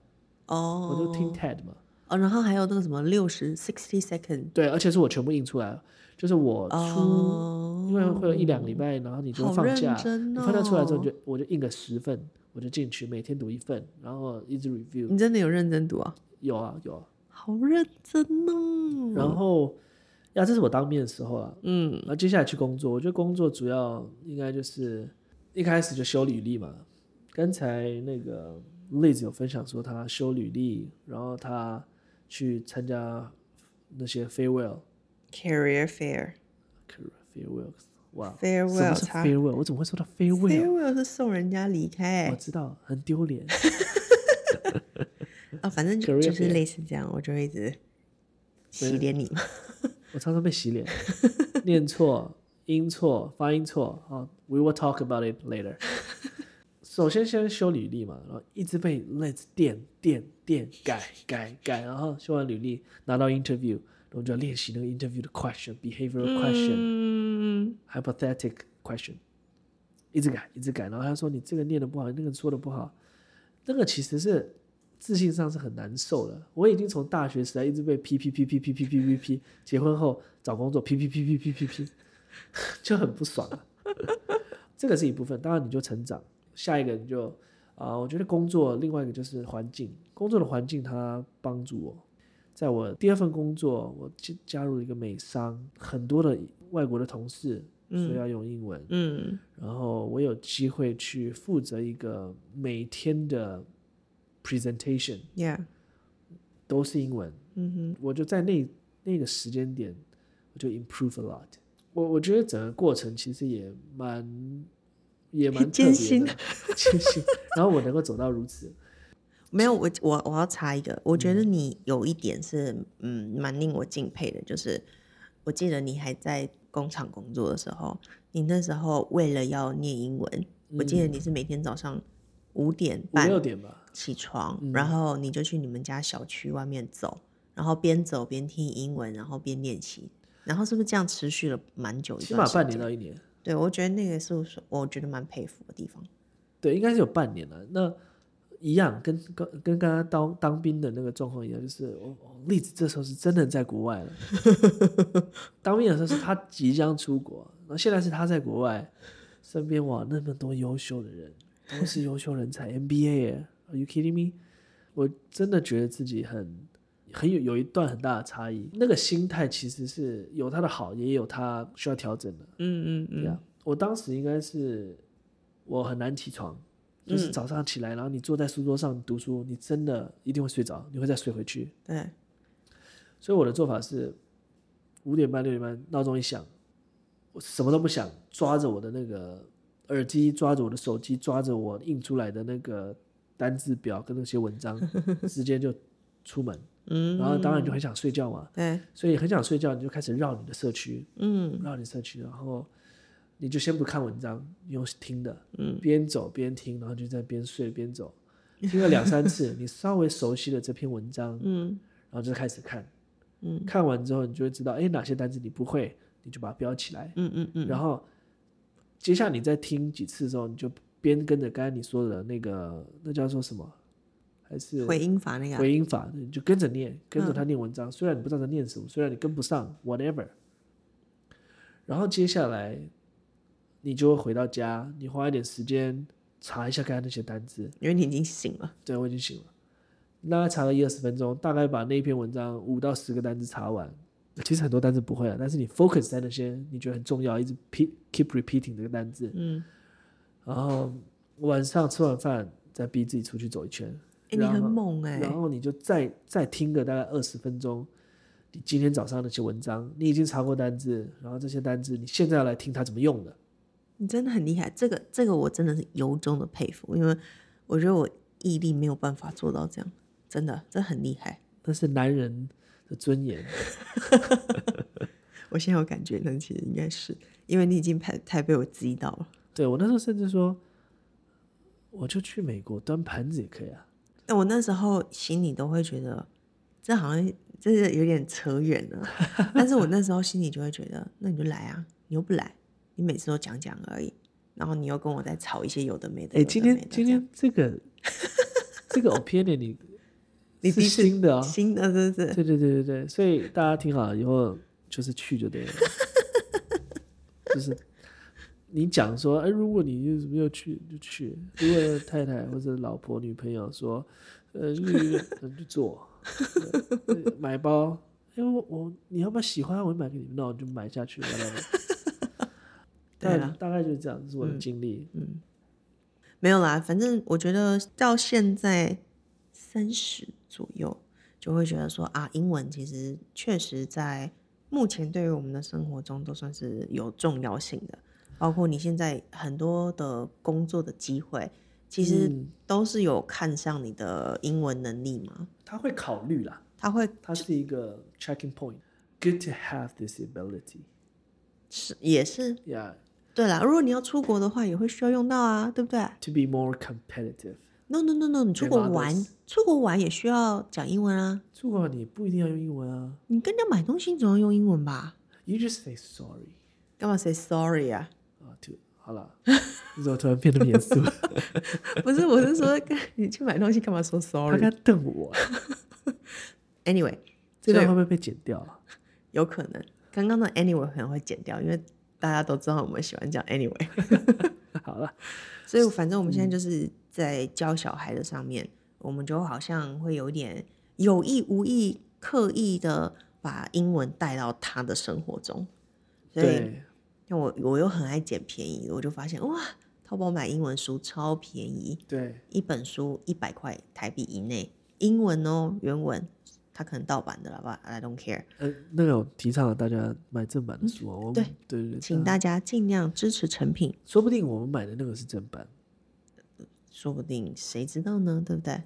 [SPEAKER 1] 哦，
[SPEAKER 2] 我都听 TED 嘛。
[SPEAKER 1] 哦，然后还有那个什么六十 sixty second，
[SPEAKER 2] 对，而且是我全部印出来，就是我出，
[SPEAKER 1] 哦，
[SPEAKER 2] 因为会有一两礼拜，然后你就
[SPEAKER 1] 好
[SPEAKER 2] 放假，
[SPEAKER 1] 认真
[SPEAKER 2] 你
[SPEAKER 1] 哦，
[SPEAKER 2] 放假出来之后你就我就印个十份，我就进去每天读一份，然后一直 review，
[SPEAKER 1] 你真的有认真读啊？
[SPEAKER 2] 有啊有啊，
[SPEAKER 1] 好认真哦。
[SPEAKER 2] 然后呀，这是我当面的时候啊，
[SPEAKER 1] 嗯，
[SPEAKER 2] 然后接下来去工作，我觉得工作主要应该就是一开始就修履历嘛。刚才那个 Liz 有分享说她修履历，然后她去参加那些 farewell
[SPEAKER 1] career fair
[SPEAKER 2] farewell，哇什么
[SPEAKER 1] farewell
[SPEAKER 2] 是
[SPEAKER 1] 他
[SPEAKER 2] farewell？我怎么会说到 farewell？
[SPEAKER 1] farewell 是送人家离开
[SPEAKER 2] 我知道，很丢脸。
[SPEAKER 1] 哦，反正就
[SPEAKER 2] career
[SPEAKER 1] 就是
[SPEAKER 2] fair
[SPEAKER 1] 类似这样，我就会一直洗脸你嘛。
[SPEAKER 2] 我常常被洗脸，念错、音错、发音错。啊、w e will talk about it later 。 首先先修履历嘛，然后一直被 Let's 电电电改改改，然后修完履历拿到 interview，然后就要练习那个 interview 的 question、behavioral question、
[SPEAKER 1] 嗯，
[SPEAKER 2] hypothetic question，一直改一直改，然后他说你这个念的不好，那个说的不好，那个其实是自信上是很难受的。我已经从大学时代一直被批批批批批批批批批，结婚后找工作批批批批批批 批，就很不爽、啊。这个是一部分，当然你就成长，下一个你就啊、我觉得工作另外一个就是环境，工作的环境它帮助我。在我第二份工作，我加加入了一个美商，很多的外国的同事，所以要用英文。
[SPEAKER 1] 嗯，
[SPEAKER 2] 然后我有机会去负责一个每天的 presentation，
[SPEAKER 1] ，yeah，
[SPEAKER 2] 都是英文。
[SPEAKER 1] 嗯
[SPEAKER 2] 我就在那那个时间点，我就 improve a lot。我我觉得整个过程其实也蛮也蛮特别的
[SPEAKER 1] 艰辛，
[SPEAKER 2] 艰辛。然后我能够走到如此，
[SPEAKER 1] 哼，没有，我我我要插一个，我觉得
[SPEAKER 2] 嗯
[SPEAKER 1] 你有一点是嗯蛮令我敬佩的，就是我记得你还在工厂工作的时候，你那时候为了要念英文，我记
[SPEAKER 2] 嗯
[SPEAKER 1] 得你是每天早上五点
[SPEAKER 2] 五
[SPEAKER 1] 半
[SPEAKER 2] 六点吧，
[SPEAKER 1] 起床，
[SPEAKER 2] 嗯
[SPEAKER 1] 然后你就去你们家小区外面走，然后边走边听英文，然后边练习，然后是不是这样持续了蛮久一
[SPEAKER 2] 起
[SPEAKER 1] 段
[SPEAKER 2] 码
[SPEAKER 1] 时
[SPEAKER 2] 半
[SPEAKER 1] 间？
[SPEAKER 2] 年到一年。
[SPEAKER 1] 对，我觉得那个是我我觉得蛮佩服的地方。
[SPEAKER 2] 对，应该是有半年了。那一样跟跟跟刚刚当当兵的那个状况一样，就是我我栗子这时候是真的在国外了。当兵的时候是他即将出国，然后现在是他在国外，身边哇那么多优秀的人，都是优秀人才 ，MBA 耶，Are you kidding me？我真的觉得自己很很有有一段很大的差异。那个心态其实是有他的好，也有他需要调整的。
[SPEAKER 1] 嗯嗯
[SPEAKER 2] 对啊，我当时应该是我很难起床，就是早上起来，然后你坐在书桌上读书，你真的一定会睡着，你会再睡回去。
[SPEAKER 1] 对，
[SPEAKER 2] 所以我的做法是五点半六点半闹钟一响，我什么都不想，抓着我的那个耳机，抓着我的手机，抓着我印出来的那个单字表跟那些文章，直接就出门。
[SPEAKER 1] 嗯，
[SPEAKER 2] 然后当然你就很想睡觉嘛，
[SPEAKER 1] 对，
[SPEAKER 2] 所以很想睡觉，你就开始绕你的社区，
[SPEAKER 1] 嗯
[SPEAKER 2] 绕你社区，然后你就先不看文章，你用听的，嗯，边走边听，然后就在边睡边走，听了两三次，你稍微熟悉了这篇文章，
[SPEAKER 1] 嗯
[SPEAKER 2] 然后就开始看，
[SPEAKER 1] 嗯，
[SPEAKER 2] 看完之后你就会知道，哎，哪些单词你不会，你就把它标起来，
[SPEAKER 1] 嗯嗯嗯，
[SPEAKER 2] 然后接下来你再听几次之后，你就边跟着刚才你说的那个，那叫做什么？还是
[SPEAKER 1] 回音法那个啊，
[SPEAKER 2] 回音法，你就跟着念，跟着他念文章。虽然你不知道他念什么，虽然你跟不上，whatever。然后接下来，你就会回到家，你花一点时间查一下刚才那些单字。
[SPEAKER 1] 因为你已经醒了。
[SPEAKER 2] 对我已经醒了，大概查了一二十分钟，大概把那篇文章五到十个单字查完。其实很多单字不会啊，但是你 focus 在那些你觉得很重要，一直 pe- keep repeating 这个单字。
[SPEAKER 1] 嗯，
[SPEAKER 2] 然后晚上吃完饭，再逼自己出去走一圈。
[SPEAKER 1] 哎，你
[SPEAKER 2] 然
[SPEAKER 1] 很
[SPEAKER 2] 后
[SPEAKER 1] 猛哎，
[SPEAKER 2] 然后你就再再听个大概二十分钟，你今天早上那些文章，你已经查过单字，然后这些单字你现在要来听它怎么用的，
[SPEAKER 1] 你真的很厉害，这个这个我真的是由衷的佩服，因为我觉得我毅力没有办法做到这样，真的，这很厉害。
[SPEAKER 2] 那是男人的 尊严。
[SPEAKER 1] 我现在有感觉，那其实应该是因为你已经太太被我激到了。
[SPEAKER 2] 对我那时候甚至说，我就去美国端盘子也可以啊。
[SPEAKER 1] 那我那时候心里都会觉得，这好像这是有点扯远了。但是我那时候心里就会觉得，那你就来啊，你又不来，你每次都讲讲而已，然后你又跟我在吵一些有的没的。
[SPEAKER 2] 哎，
[SPEAKER 1] 有的
[SPEAKER 2] 今
[SPEAKER 1] 没
[SPEAKER 2] 天
[SPEAKER 1] 的
[SPEAKER 2] 今
[SPEAKER 1] 这样
[SPEAKER 2] 天这个这个 opinion 你
[SPEAKER 1] 你
[SPEAKER 2] 是
[SPEAKER 1] 第一次
[SPEAKER 2] 新的啊，
[SPEAKER 1] 新的是不是？
[SPEAKER 2] 对对对对对，所以大家听好，以后就是去就对了，就是你讲说，哎、如果你没有去就去，如果太太或者老婆女朋友说，呃，你你就做，对对买包，因为我我你要不要喜欢，我就买给你们，那我就买下去，whatever，
[SPEAKER 1] 对啊
[SPEAKER 2] 大概大概就是这样，这是我的经历。
[SPEAKER 1] 没有啦，反正我觉得到现在三十左右，就会觉得说啊，英文其实确实在目前对于我们的生活中都算是有重要性的，包括你现在很多的工作的机会，其实
[SPEAKER 2] 嗯
[SPEAKER 1] 都是有看上你的英文能力嘛。
[SPEAKER 2] 他会考虑啦，
[SPEAKER 1] 他会
[SPEAKER 2] 它是一个 checking point。Good to have this ability.
[SPEAKER 1] 是也是
[SPEAKER 2] Yeah,
[SPEAKER 1] 对啦，如果你要出国的话，也会需要用到啊，对不对
[SPEAKER 2] to be more competitive.
[SPEAKER 1] ？No No No No，你出国
[SPEAKER 2] others
[SPEAKER 1] 玩，出国玩也需要讲英文啊。
[SPEAKER 2] 出国你不一定要用英文啊。
[SPEAKER 1] 你跟人家买东西总要用英文吧？
[SPEAKER 2] You just say sorry
[SPEAKER 1] 干嘛 say sorry 啊？
[SPEAKER 2] 啊，to 好了， 你怎么突然变得那么严肃？
[SPEAKER 1] 不是，我是说，干你去买东西干嘛说
[SPEAKER 2] 他
[SPEAKER 1] sorry？Anyway，
[SPEAKER 2] 刚 瞪我啊，这段会不会被剪掉啊？
[SPEAKER 1] 有可能刚刚的 anyway 可能会剪掉，因为大家都知道我们喜欢讲 anyway，
[SPEAKER 2] 好了，
[SPEAKER 1] 所以反正我们现在就是在教小孩的上面，我们就好像会有点有意无意、刻意的把英文带到他的生活中，所以
[SPEAKER 2] 对，
[SPEAKER 1] 像我我又很爱捡便宜，我就发现哇，淘宝买英文书超便宜，
[SPEAKER 2] 对，
[SPEAKER 1] 一本书一百块台币以内，英文哦，原文，它可能盗版的了吧？I don't care，
[SPEAKER 2] 呃，那个我提倡大家买正版的书啊。我们
[SPEAKER 1] 对
[SPEAKER 2] 对对对，
[SPEAKER 1] 请
[SPEAKER 2] 大家
[SPEAKER 1] 大家尽量支持成品，
[SPEAKER 2] 说不定我们买的那个是正版。
[SPEAKER 1] 说不定谁知道呢，对不 对？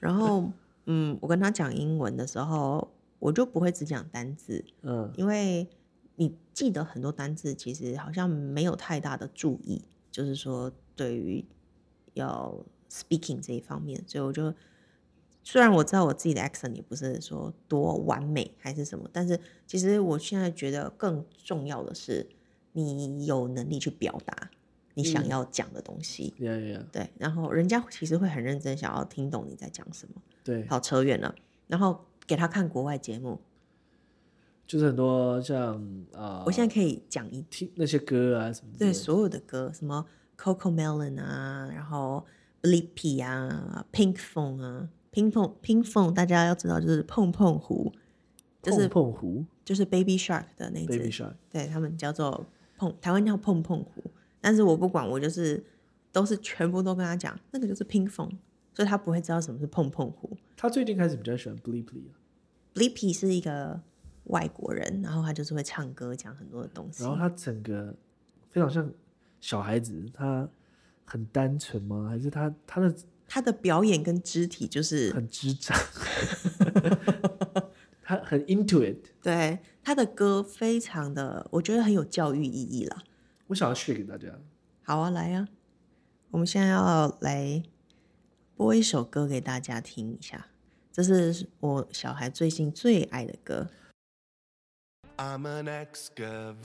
[SPEAKER 1] 然后，嗯，我跟他讲英文的时候，我就不会只讲单字，
[SPEAKER 2] 嗯，
[SPEAKER 1] 因为你记得很多单字，其实好像没有太大的注意，就是说对于要 speaking 这一方面，所以我就虽然我知道我自己的 accent 也不是说多完美还是什么，但是其实我现在觉得更重要的是你有能力去表达你想要讲的东西。
[SPEAKER 2] 呀呀呀，
[SPEAKER 1] 对，然后人家其实会很认真，想要听懂你在讲什么。
[SPEAKER 2] 对，
[SPEAKER 1] 好扯远了，然后给他看国外节目，
[SPEAKER 2] 就是很多像啊，
[SPEAKER 1] 我现在可以讲一
[SPEAKER 2] 听那些歌啊什么之类
[SPEAKER 1] 对
[SPEAKER 2] 的。
[SPEAKER 1] 所有的歌，什么 Coco Melon 啊，然后 Blippi 啊，Pink Phone 啊，Pink Phone Pink Phone，大家要知道就是碰碰狐，就是
[SPEAKER 2] 碰碰狐
[SPEAKER 1] 就是 Baby Shark 的那一只
[SPEAKER 2] ，Baby Shark，
[SPEAKER 1] 对他们叫做碰，台湾叫碰碰狐，但是我不管，我就是都是全部都跟他讲，那个就是 Pink Phone，所以他不会知道什么是碰碰狐。
[SPEAKER 2] 他最近开始比较喜欢 Bleeply 啊，
[SPEAKER 1] Blippi 是一个外国人，然后他就是会唱歌，讲很多的东西
[SPEAKER 2] 然。后他整个非常像小孩子，他很单纯吗？还是他他的
[SPEAKER 1] 他的表演跟肢体就是
[SPEAKER 2] 很智 障？他很 into it。
[SPEAKER 1] 对他的歌非常的，我觉得很有教育意义啦。
[SPEAKER 2] 我想要 share 给大家，
[SPEAKER 1] 好啊，来啊，我们现在要来播一首歌给大家听一下，这是我小孩最近最爱的歌。
[SPEAKER 3] I'm an excavator.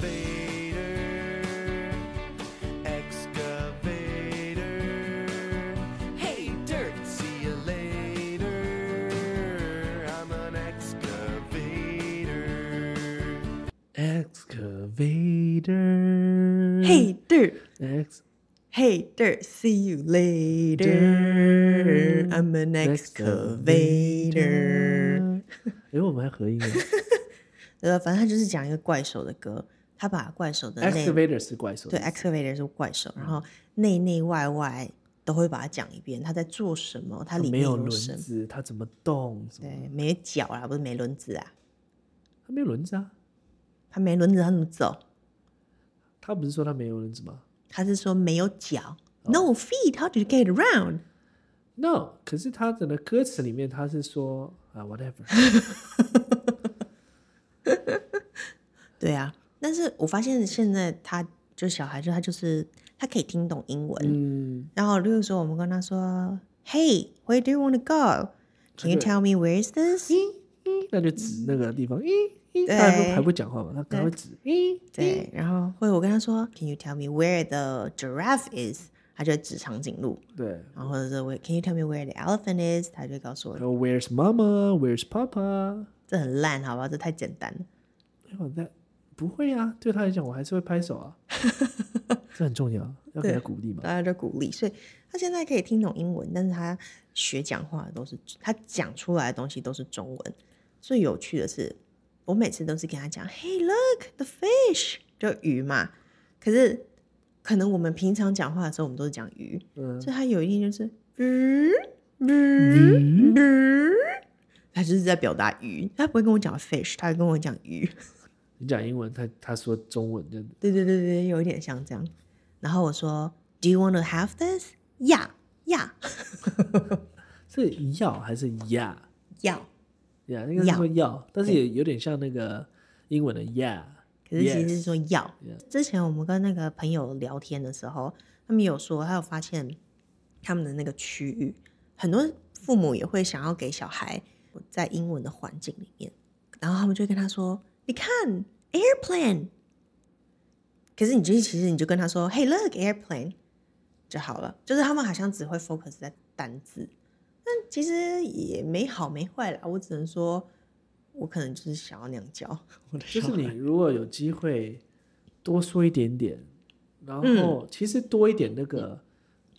[SPEAKER 3] Excavator. Hey, dirt, see you later. I'm an excavator.
[SPEAKER 2] Excavator。
[SPEAKER 1] Hey dirt,
[SPEAKER 2] Ex
[SPEAKER 1] hey dirt, see you later. I'm an excavator.
[SPEAKER 2] 哎，我们还合音 耶
[SPEAKER 1] 呃，反正他就是讲一个怪兽的歌，他把怪兽的内
[SPEAKER 2] ，Excavator 是怪兽。
[SPEAKER 1] 对，excavator 是怪兽，
[SPEAKER 2] 嗯
[SPEAKER 1] 然后内内外外都会把它讲一遍，它在做什么，它
[SPEAKER 2] 它
[SPEAKER 1] 里
[SPEAKER 2] 没
[SPEAKER 1] 面
[SPEAKER 2] 有轮
[SPEAKER 1] 什么，
[SPEAKER 2] 子，它怎么动？什么
[SPEAKER 1] 对，没脚啊，不是没轮子啊，
[SPEAKER 2] 它没有轮子啊！
[SPEAKER 1] 它没轮子，它怎么走？
[SPEAKER 2] 他不是说它没有轮子吗
[SPEAKER 1] 它是说没有脚、n
[SPEAKER 2] 哦
[SPEAKER 1] o feet，how do you get around？
[SPEAKER 2] ？No，可是他的歌词里面他是说啊，whatever，
[SPEAKER 1] 对啊，但是我发现现在他就小孩就他就是他可以听懂英文，
[SPEAKER 2] 嗯，
[SPEAKER 1] 然后例如说我们跟他说，Hey，where do you want to
[SPEAKER 2] 啊
[SPEAKER 1] go？Can you
[SPEAKER 2] 这
[SPEAKER 1] tell me where's this？
[SPEAKER 2] 那就指那个地方，咦
[SPEAKER 1] 嗯
[SPEAKER 2] 咦，
[SPEAKER 1] 对
[SPEAKER 2] 他还不还不讲话嘛？他赶快指，咦，
[SPEAKER 1] 对，然后或者我跟他说，Can you tell me where the giraffe is？他就会指长颈鹿，
[SPEAKER 2] 对。
[SPEAKER 1] 然后或者是 Where- Can you tell me where the elephant is？他就会告诉我
[SPEAKER 2] 然，后 Oh, Where's Mama? Where's Papa?
[SPEAKER 1] 这很烂，好不好？这太简单了。
[SPEAKER 2] 哎呦，那不会啊，对他来讲，我还是会拍手 啊，这很重要，要给
[SPEAKER 1] 对
[SPEAKER 2] 他鼓励嘛
[SPEAKER 1] 大。家就鼓励，所以他现在可以听懂英文，但是他学讲话的都是他讲出来的东西都是中文。最有趣的是，我每次都是跟他讲，Hey look the fish，就鱼嘛。可是可能我们平常讲话的时候，我们都是讲鱼，
[SPEAKER 2] 嗯，
[SPEAKER 1] 所以他有一天就是鱼鱼鱼，他就是在表达鱼，他不会跟我讲 fish，他会跟我讲鱼。
[SPEAKER 2] 你讲英文，他他说中文这样子。
[SPEAKER 1] 对对对对，有一点像这样。然后我说，Do you want to have this？呀呀
[SPEAKER 2] 是要还是呀
[SPEAKER 1] 要。
[SPEAKER 2] 呀？应该是
[SPEAKER 1] 要
[SPEAKER 2] 说要，但是也有点像那个英文的呀。
[SPEAKER 1] 可是其实
[SPEAKER 2] Yes
[SPEAKER 1] 是说要。之前我们跟那个朋友聊天的时候，他们有说，他有发现他们的那个区域，很多父母也会想要给小孩在英文的环境里面，然后他们就会跟他说：“你看 airplane。”可是你就是其实你就跟他说：“Hey look airplane” 就好了。就是他们好像只会 focus 在单字，但其实也没好没坏啦。我只能说，我可能就是想要那样教 我的
[SPEAKER 2] 就
[SPEAKER 1] 小孩。
[SPEAKER 2] 是你如果有机会多说一点点，
[SPEAKER 1] 嗯
[SPEAKER 2] 然后其实多一点那个、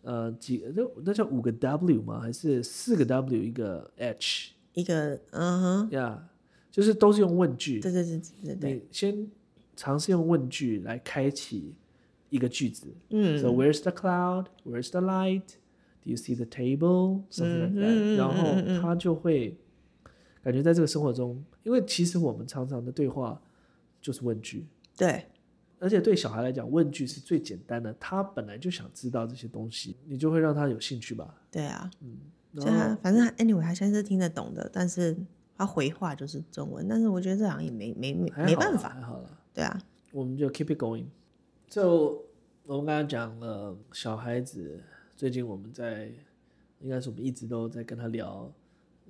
[SPEAKER 2] 呃几那那叫五个 W 吗？还是四个 W 一个 H
[SPEAKER 1] 一个嗯哼，
[SPEAKER 2] 呀、就是都是用问句。
[SPEAKER 1] 对对对对对对，
[SPEAKER 2] 你先尝试用问句来开启一个句子。
[SPEAKER 1] 嗯
[SPEAKER 2] So where's the cloud? Where's the light? Do you see the table? Something like
[SPEAKER 1] 嗯
[SPEAKER 2] that.
[SPEAKER 1] 嗯
[SPEAKER 2] 然
[SPEAKER 1] 嗯嗯
[SPEAKER 2] 后他就会感觉在这个生活中，因为其实我们常常的对话就是问句，
[SPEAKER 1] 对
[SPEAKER 2] 而且对小孩来讲，问句是最简单的。他本来就想知道这些东西，你就会让他有兴趣吧。
[SPEAKER 1] 对啊，所以
[SPEAKER 2] 然
[SPEAKER 1] 他
[SPEAKER 2] 后
[SPEAKER 1] 反正他 anyway 他现在是听得懂的，但是他回话就是中文，但是我觉得这好像也没没没
[SPEAKER 2] 还好啦
[SPEAKER 1] 没办法，
[SPEAKER 2] 还好啦，
[SPEAKER 1] 对啊，
[SPEAKER 2] 我们就 keep it going。就我们刚刚讲了小孩子，最近我们在，应该是我们一直都在跟他聊，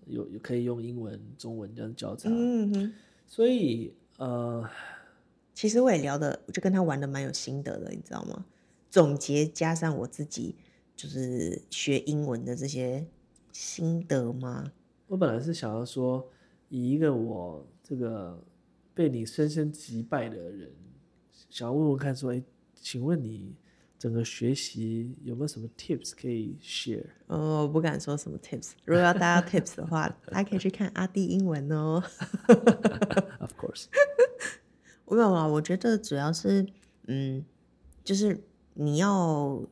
[SPEAKER 2] 有有可以用英文、中文这样交叉。
[SPEAKER 1] 嗯哼，
[SPEAKER 2] 所以呃，
[SPEAKER 1] 其实我也聊的，我就跟他玩的蛮有心得的，你知道吗？总结加上我自己就是学英文的这些心得吗？
[SPEAKER 2] 我本来是想要说，以一个我这个被你深深击败的人，想要问问看说，哎，请问你整个学习有没有什么 tips 可以 share？
[SPEAKER 1] 呃，我不敢说什么 tips，如果要大家 tips 的话，大家可以去看阿弟英文哦。
[SPEAKER 2] Of course，
[SPEAKER 1] 没有啊，我觉得主要是，嗯，就是你要，我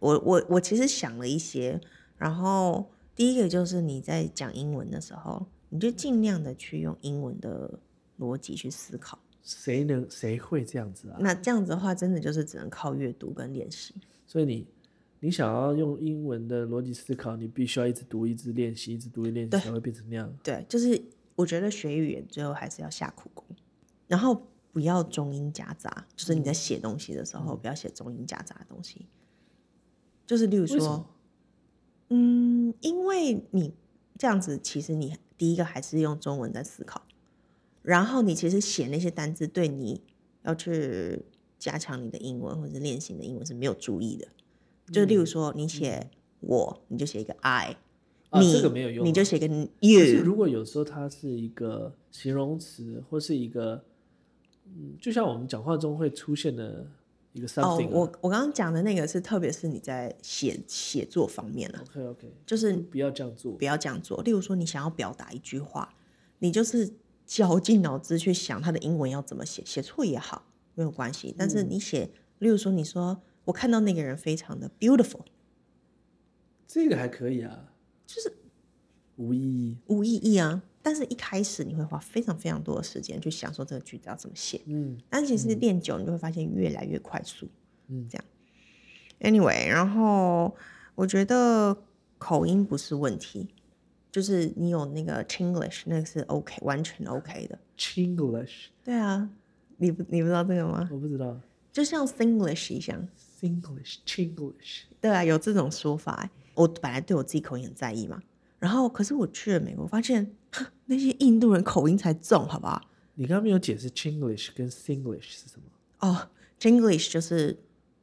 [SPEAKER 1] 我我其实想了一些，然后第一个就是你在讲英文的时候，你就尽量的去用英文的逻辑去思考。
[SPEAKER 2] 谁能谁会这样子啊？
[SPEAKER 1] 那这样子的话，真的就是只能靠阅读跟练习。
[SPEAKER 2] 所以你你想要用英文的逻辑思考，你必须要一直读、一直练习、一直读、一直练习，
[SPEAKER 1] 对
[SPEAKER 2] 才会变成那样。
[SPEAKER 1] 对，就是我觉得学语言最后还是要下苦功，然后不要中英夹杂，就是
[SPEAKER 2] 嗯
[SPEAKER 1] 你在写东西的时候，不要写中英夹杂的东西。就是例如
[SPEAKER 2] 为什
[SPEAKER 1] 说
[SPEAKER 2] 么。？
[SPEAKER 1] 嗯，因为你这样子，其实你第一个还是用中文在思考，然后你其实写那些单字，对你要去加强你的英文或者是练习你的英文是没有注意的。就
[SPEAKER 2] 嗯
[SPEAKER 1] 例如说，你写我，你就写一个 I，、
[SPEAKER 2] 啊，
[SPEAKER 1] 你、
[SPEAKER 2] 这个没有用啊。
[SPEAKER 1] 你就写个
[SPEAKER 2] 可是
[SPEAKER 1] you，
[SPEAKER 2] 如果有时候它是一个形容词，或是一个，嗯，就像我们讲话中会出现的一个
[SPEAKER 1] 哦
[SPEAKER 2] something 啊、，
[SPEAKER 1] 我我刚刚讲的那个是，特别是你在写写作方面啊，
[SPEAKER 2] OK OK，
[SPEAKER 1] 就是
[SPEAKER 2] 不要这样做
[SPEAKER 1] 不。要这样做。例如说，你想要表达一句话，你就是绞尽脑汁去想它的英文要怎么写，写错也好没有关系。但是你写，例如说，你说我看到那个人非常的 beautiful，
[SPEAKER 2] 这个还可以啊，
[SPEAKER 1] 就是
[SPEAKER 2] 无意义。
[SPEAKER 1] 无意义啊。但是一开始你会花非常非常多的时间去想说这个句子要怎么写，
[SPEAKER 2] 嗯，
[SPEAKER 1] 但其实练久，你就会发现越来越快速。嗯，这样。Anyway，然后我觉得口音不是问题，就是你有那个 Chinglish，那个是 OK，完全 OK 的。
[SPEAKER 2] Chinglish，
[SPEAKER 1] 对啊，你不你不知道这个吗？
[SPEAKER 2] 我不知道
[SPEAKER 1] 就像 Singlish 一样，
[SPEAKER 2] ，Singlish，Chinglish，
[SPEAKER 1] 对啊，有这种说法欸、我本来对我自己口音很在意嘛，然后可是我去了美国，发现哼那些印度人口音才重，好不好？
[SPEAKER 2] 你刚刚没有解释 Chinglish 跟 Singlish 是什么？
[SPEAKER 1] 哦、c h i n g l i s h 就是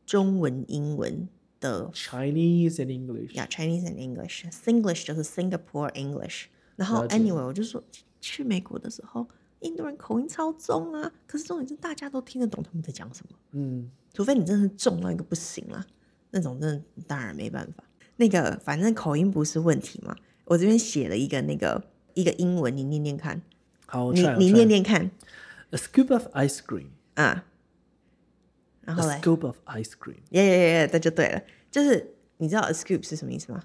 [SPEAKER 1] 中文、英文的
[SPEAKER 2] Chinese and English，
[SPEAKER 1] 呀、Chinese and English，Singlish 就是 Singapore English。然后
[SPEAKER 2] 了解
[SPEAKER 1] anyway，我就说去美国的时候，印度人口音超重啊，可是重点是大家都听得懂他们在讲什么，
[SPEAKER 2] 嗯，
[SPEAKER 1] 除非你真的是重到一个不行啦，那种真的当然没办法。那个反正口音不是问题嘛，我这边写了一个那个一个英文，你念念看，
[SPEAKER 2] 好，我
[SPEAKER 1] 你
[SPEAKER 2] try，我
[SPEAKER 1] 你
[SPEAKER 2] try
[SPEAKER 1] 念念看
[SPEAKER 2] A scoop of ice cream.
[SPEAKER 1] 啊，然
[SPEAKER 2] A
[SPEAKER 1] 后嘞，
[SPEAKER 2] scoop of ice cream.
[SPEAKER 1] 耶耶耶，这就对了，就是你知道 a scoop 是什么意思吗？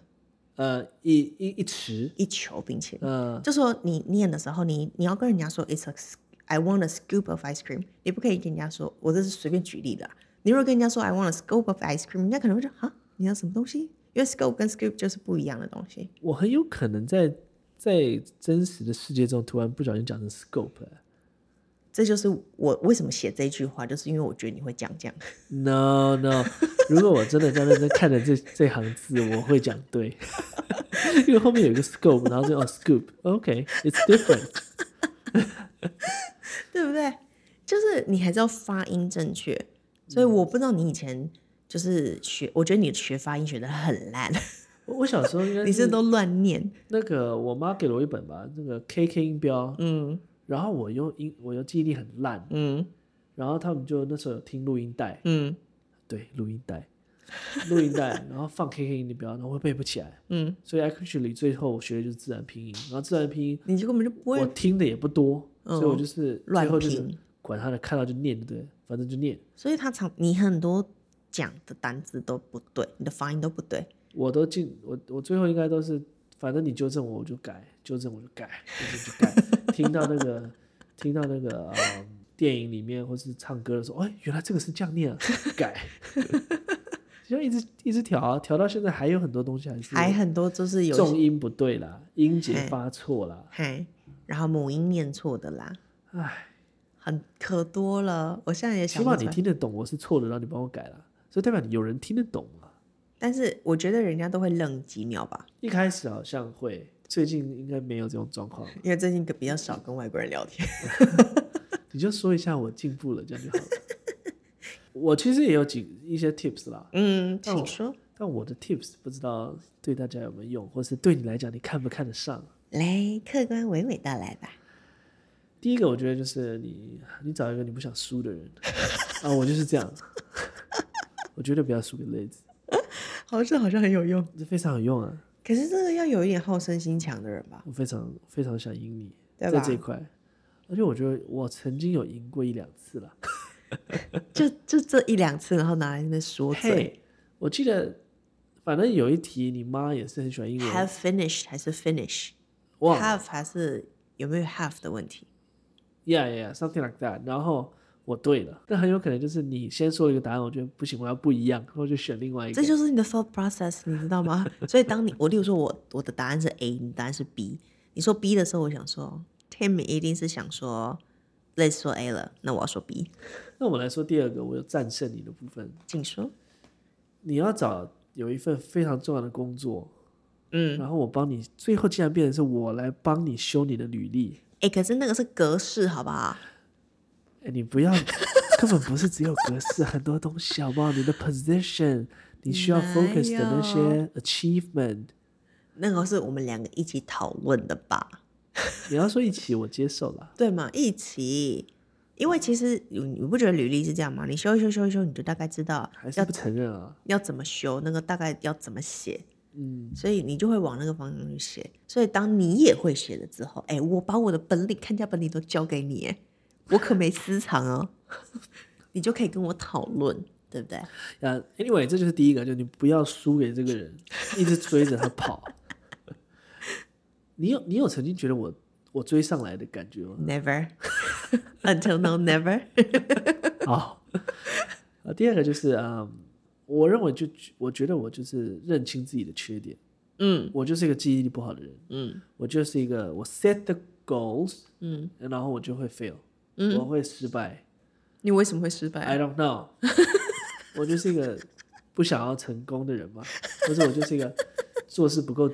[SPEAKER 2] 呃，一一一匙。
[SPEAKER 1] 一球冰淇淋。
[SPEAKER 2] 呃，
[SPEAKER 1] 就说你念的时候，你你要跟人家说 "It's a s- I want a scoop of ice cream"，你不可以跟人家说，我这是随便举例的啊。你如果跟人家说 "I want a scoop of ice cream"，人家可能会说啊，你要什么东西？因为 scoop 跟 scoop 就是不一样的东西。
[SPEAKER 2] 我很有可能在在真实的世界中突然不小心讲成 scope 欸。
[SPEAKER 1] 这就是我为什么写这句话，就是因为我觉得你会讲这样。
[SPEAKER 2] No no，如 果我真的在认真看着这 这行字，我会讲对， 因为后面有一个 scope，然后就哦 scoop，OK，it's、different。
[SPEAKER 1] 对不对？就是你还是要发音正确。所以我不知道你以前就是学，我觉得你学发音学的很烂，
[SPEAKER 2] 我我小时候应该
[SPEAKER 1] 你是不
[SPEAKER 2] 是
[SPEAKER 1] 是都乱念。
[SPEAKER 2] 那个我妈给了我一本吧，那个 KK 音标，嗯，然后我又音我又记忆力很烂，
[SPEAKER 1] 嗯
[SPEAKER 2] 然后他们就那时候有听录音带，
[SPEAKER 1] 嗯
[SPEAKER 2] 对，录音带，录音带，然后放 KK 音标，然后会背不起来，
[SPEAKER 1] 嗯，
[SPEAKER 2] 所以 actually 最后我学的就是自然拼音，然后自然拼音
[SPEAKER 1] 你就根本就不
[SPEAKER 2] 我
[SPEAKER 1] 会
[SPEAKER 2] 听的也不多，所以我
[SPEAKER 1] 嗯
[SPEAKER 2] 就是
[SPEAKER 1] 乱
[SPEAKER 2] 最后就是
[SPEAKER 1] 拼
[SPEAKER 2] 管他的，看到就念就对了，反正就念。
[SPEAKER 1] 所以他常你很多讲的单字都不对，你的发音都不对，
[SPEAKER 2] 我都进我我最后应该都是，反正你纠正我我就改，纠正我就改，纠正就改。听到那个听到那个、呃、电影里面或是唱歌的时候，哎，原来这个是这样念啊，改。 就一直一直调啊，调到现在还有很多东西还是
[SPEAKER 1] 还很多就是有
[SPEAKER 2] 重音不对啦，音节
[SPEAKER 1] 嘿
[SPEAKER 2] 发错啦，
[SPEAKER 1] 嗨，然后母音念错的啦，
[SPEAKER 2] 唉，
[SPEAKER 1] 很可多了。我现在也
[SPEAKER 2] 起
[SPEAKER 1] 想
[SPEAKER 2] 码
[SPEAKER 1] 不出
[SPEAKER 2] 你
[SPEAKER 1] 来，
[SPEAKER 2] 听得懂我是错的，然后你帮我改啦，所以代表你有人听得懂啊。
[SPEAKER 1] 但是我觉得人家都会愣几秒吧，
[SPEAKER 2] 一开始好像会，最近应该没有这种状况了。
[SPEAKER 1] 因为最近比较少跟外国人聊天。
[SPEAKER 2] 你就说一下我进步了，这样就好了。 我其实也有几一些 tips 啦，
[SPEAKER 1] 嗯，
[SPEAKER 2] 那我
[SPEAKER 1] 请说
[SPEAKER 2] 但我的 tips 不知道对大家有没有用，或是对你来讲你看不看得上。
[SPEAKER 1] 来，客观娓娓道来吧。
[SPEAKER 2] 第一个，我觉得就是你，你找一个你不想输的人啊，我就是这样， 我绝对不要输给 Liz，
[SPEAKER 1] 好，这好像很有用，
[SPEAKER 2] 这非常有用啊，
[SPEAKER 1] 可是这个要有一点好胜心强的人吧，
[SPEAKER 2] 我非常非常想赢你，
[SPEAKER 1] 对
[SPEAKER 2] 在
[SPEAKER 1] 吧
[SPEAKER 2] 这一块，而且我觉得我曾经有赢过一两次了。
[SPEAKER 1] 就就这一两次，然后拿来那边说嘴。
[SPEAKER 2] 嘿，我记得，反正有一题你妈也是很喜欢英文，
[SPEAKER 1] Have finished 还是 finish？
[SPEAKER 2] 忘了
[SPEAKER 1] have 还是有没有 have 的问题？
[SPEAKER 2] ，yeah yeah something like that。然后我对了，但很有可能就是你先说了一个答案，我觉得不行，我要不一样，然后就选另外一个
[SPEAKER 1] 这。就是你的 thought process，你知道吗？ 所以当你我例如说我我的答案是 A，你的答案是 B，你说 B 的时候，我想说 Tim 一定是想说类似说 A 了，那我要说 B，
[SPEAKER 2] 那我们来说第二个，我有战胜你的部分。
[SPEAKER 1] 请说。
[SPEAKER 2] 你要找有一份非常重要的工作，
[SPEAKER 1] 嗯，
[SPEAKER 2] 然后我帮你，最后竟然变成是我来帮你修你的履历。
[SPEAKER 1] 哎、可是那个是格式，好不好？
[SPEAKER 2] 哎，你不要，根本不是只有格式，很多东西好不好？你的 position，你需要
[SPEAKER 1] 哪
[SPEAKER 2] focus 的那
[SPEAKER 1] 有
[SPEAKER 2] 些 achievement，
[SPEAKER 1] 那个是我们两个一起讨论的吧？
[SPEAKER 2] 你要说一起，我接受了。
[SPEAKER 1] 对吗？一起，因为其实你你不觉得履历是这样吗？你修一修修一修，你就大概知道
[SPEAKER 2] 还是
[SPEAKER 1] 要
[SPEAKER 2] 不承认啊？
[SPEAKER 1] 要怎么修，那个大概要怎么写，
[SPEAKER 2] 嗯，
[SPEAKER 1] 所以你就会往那个方向去写。所以当你也会写了之后，哎，我把我的本领、看家本领都交给你，哎，我可没私藏哦， 你就可以跟我讨论，对不对？
[SPEAKER 2] 啊，anyway，这就是第一个，就你不要输给这个人，一直追着他跑。 你有你有曾经觉得我我追上来的感 觉吗？
[SPEAKER 1] Never until now never
[SPEAKER 2] 好，啊，第二个就是啊、嗯我认为就我觉得我就是认清自己的缺点，
[SPEAKER 1] 嗯。
[SPEAKER 2] 我就是一个记忆力不好的人，
[SPEAKER 1] 嗯
[SPEAKER 2] 我就是一个我 set the goals，
[SPEAKER 1] 嗯，
[SPEAKER 2] 然后我就会 fail，、
[SPEAKER 1] 嗯
[SPEAKER 2] 我会失败
[SPEAKER 1] 你为什么会失败
[SPEAKER 2] ，I don't know，我就是一个不想要成功的人嘛，或者我就是一个做事不够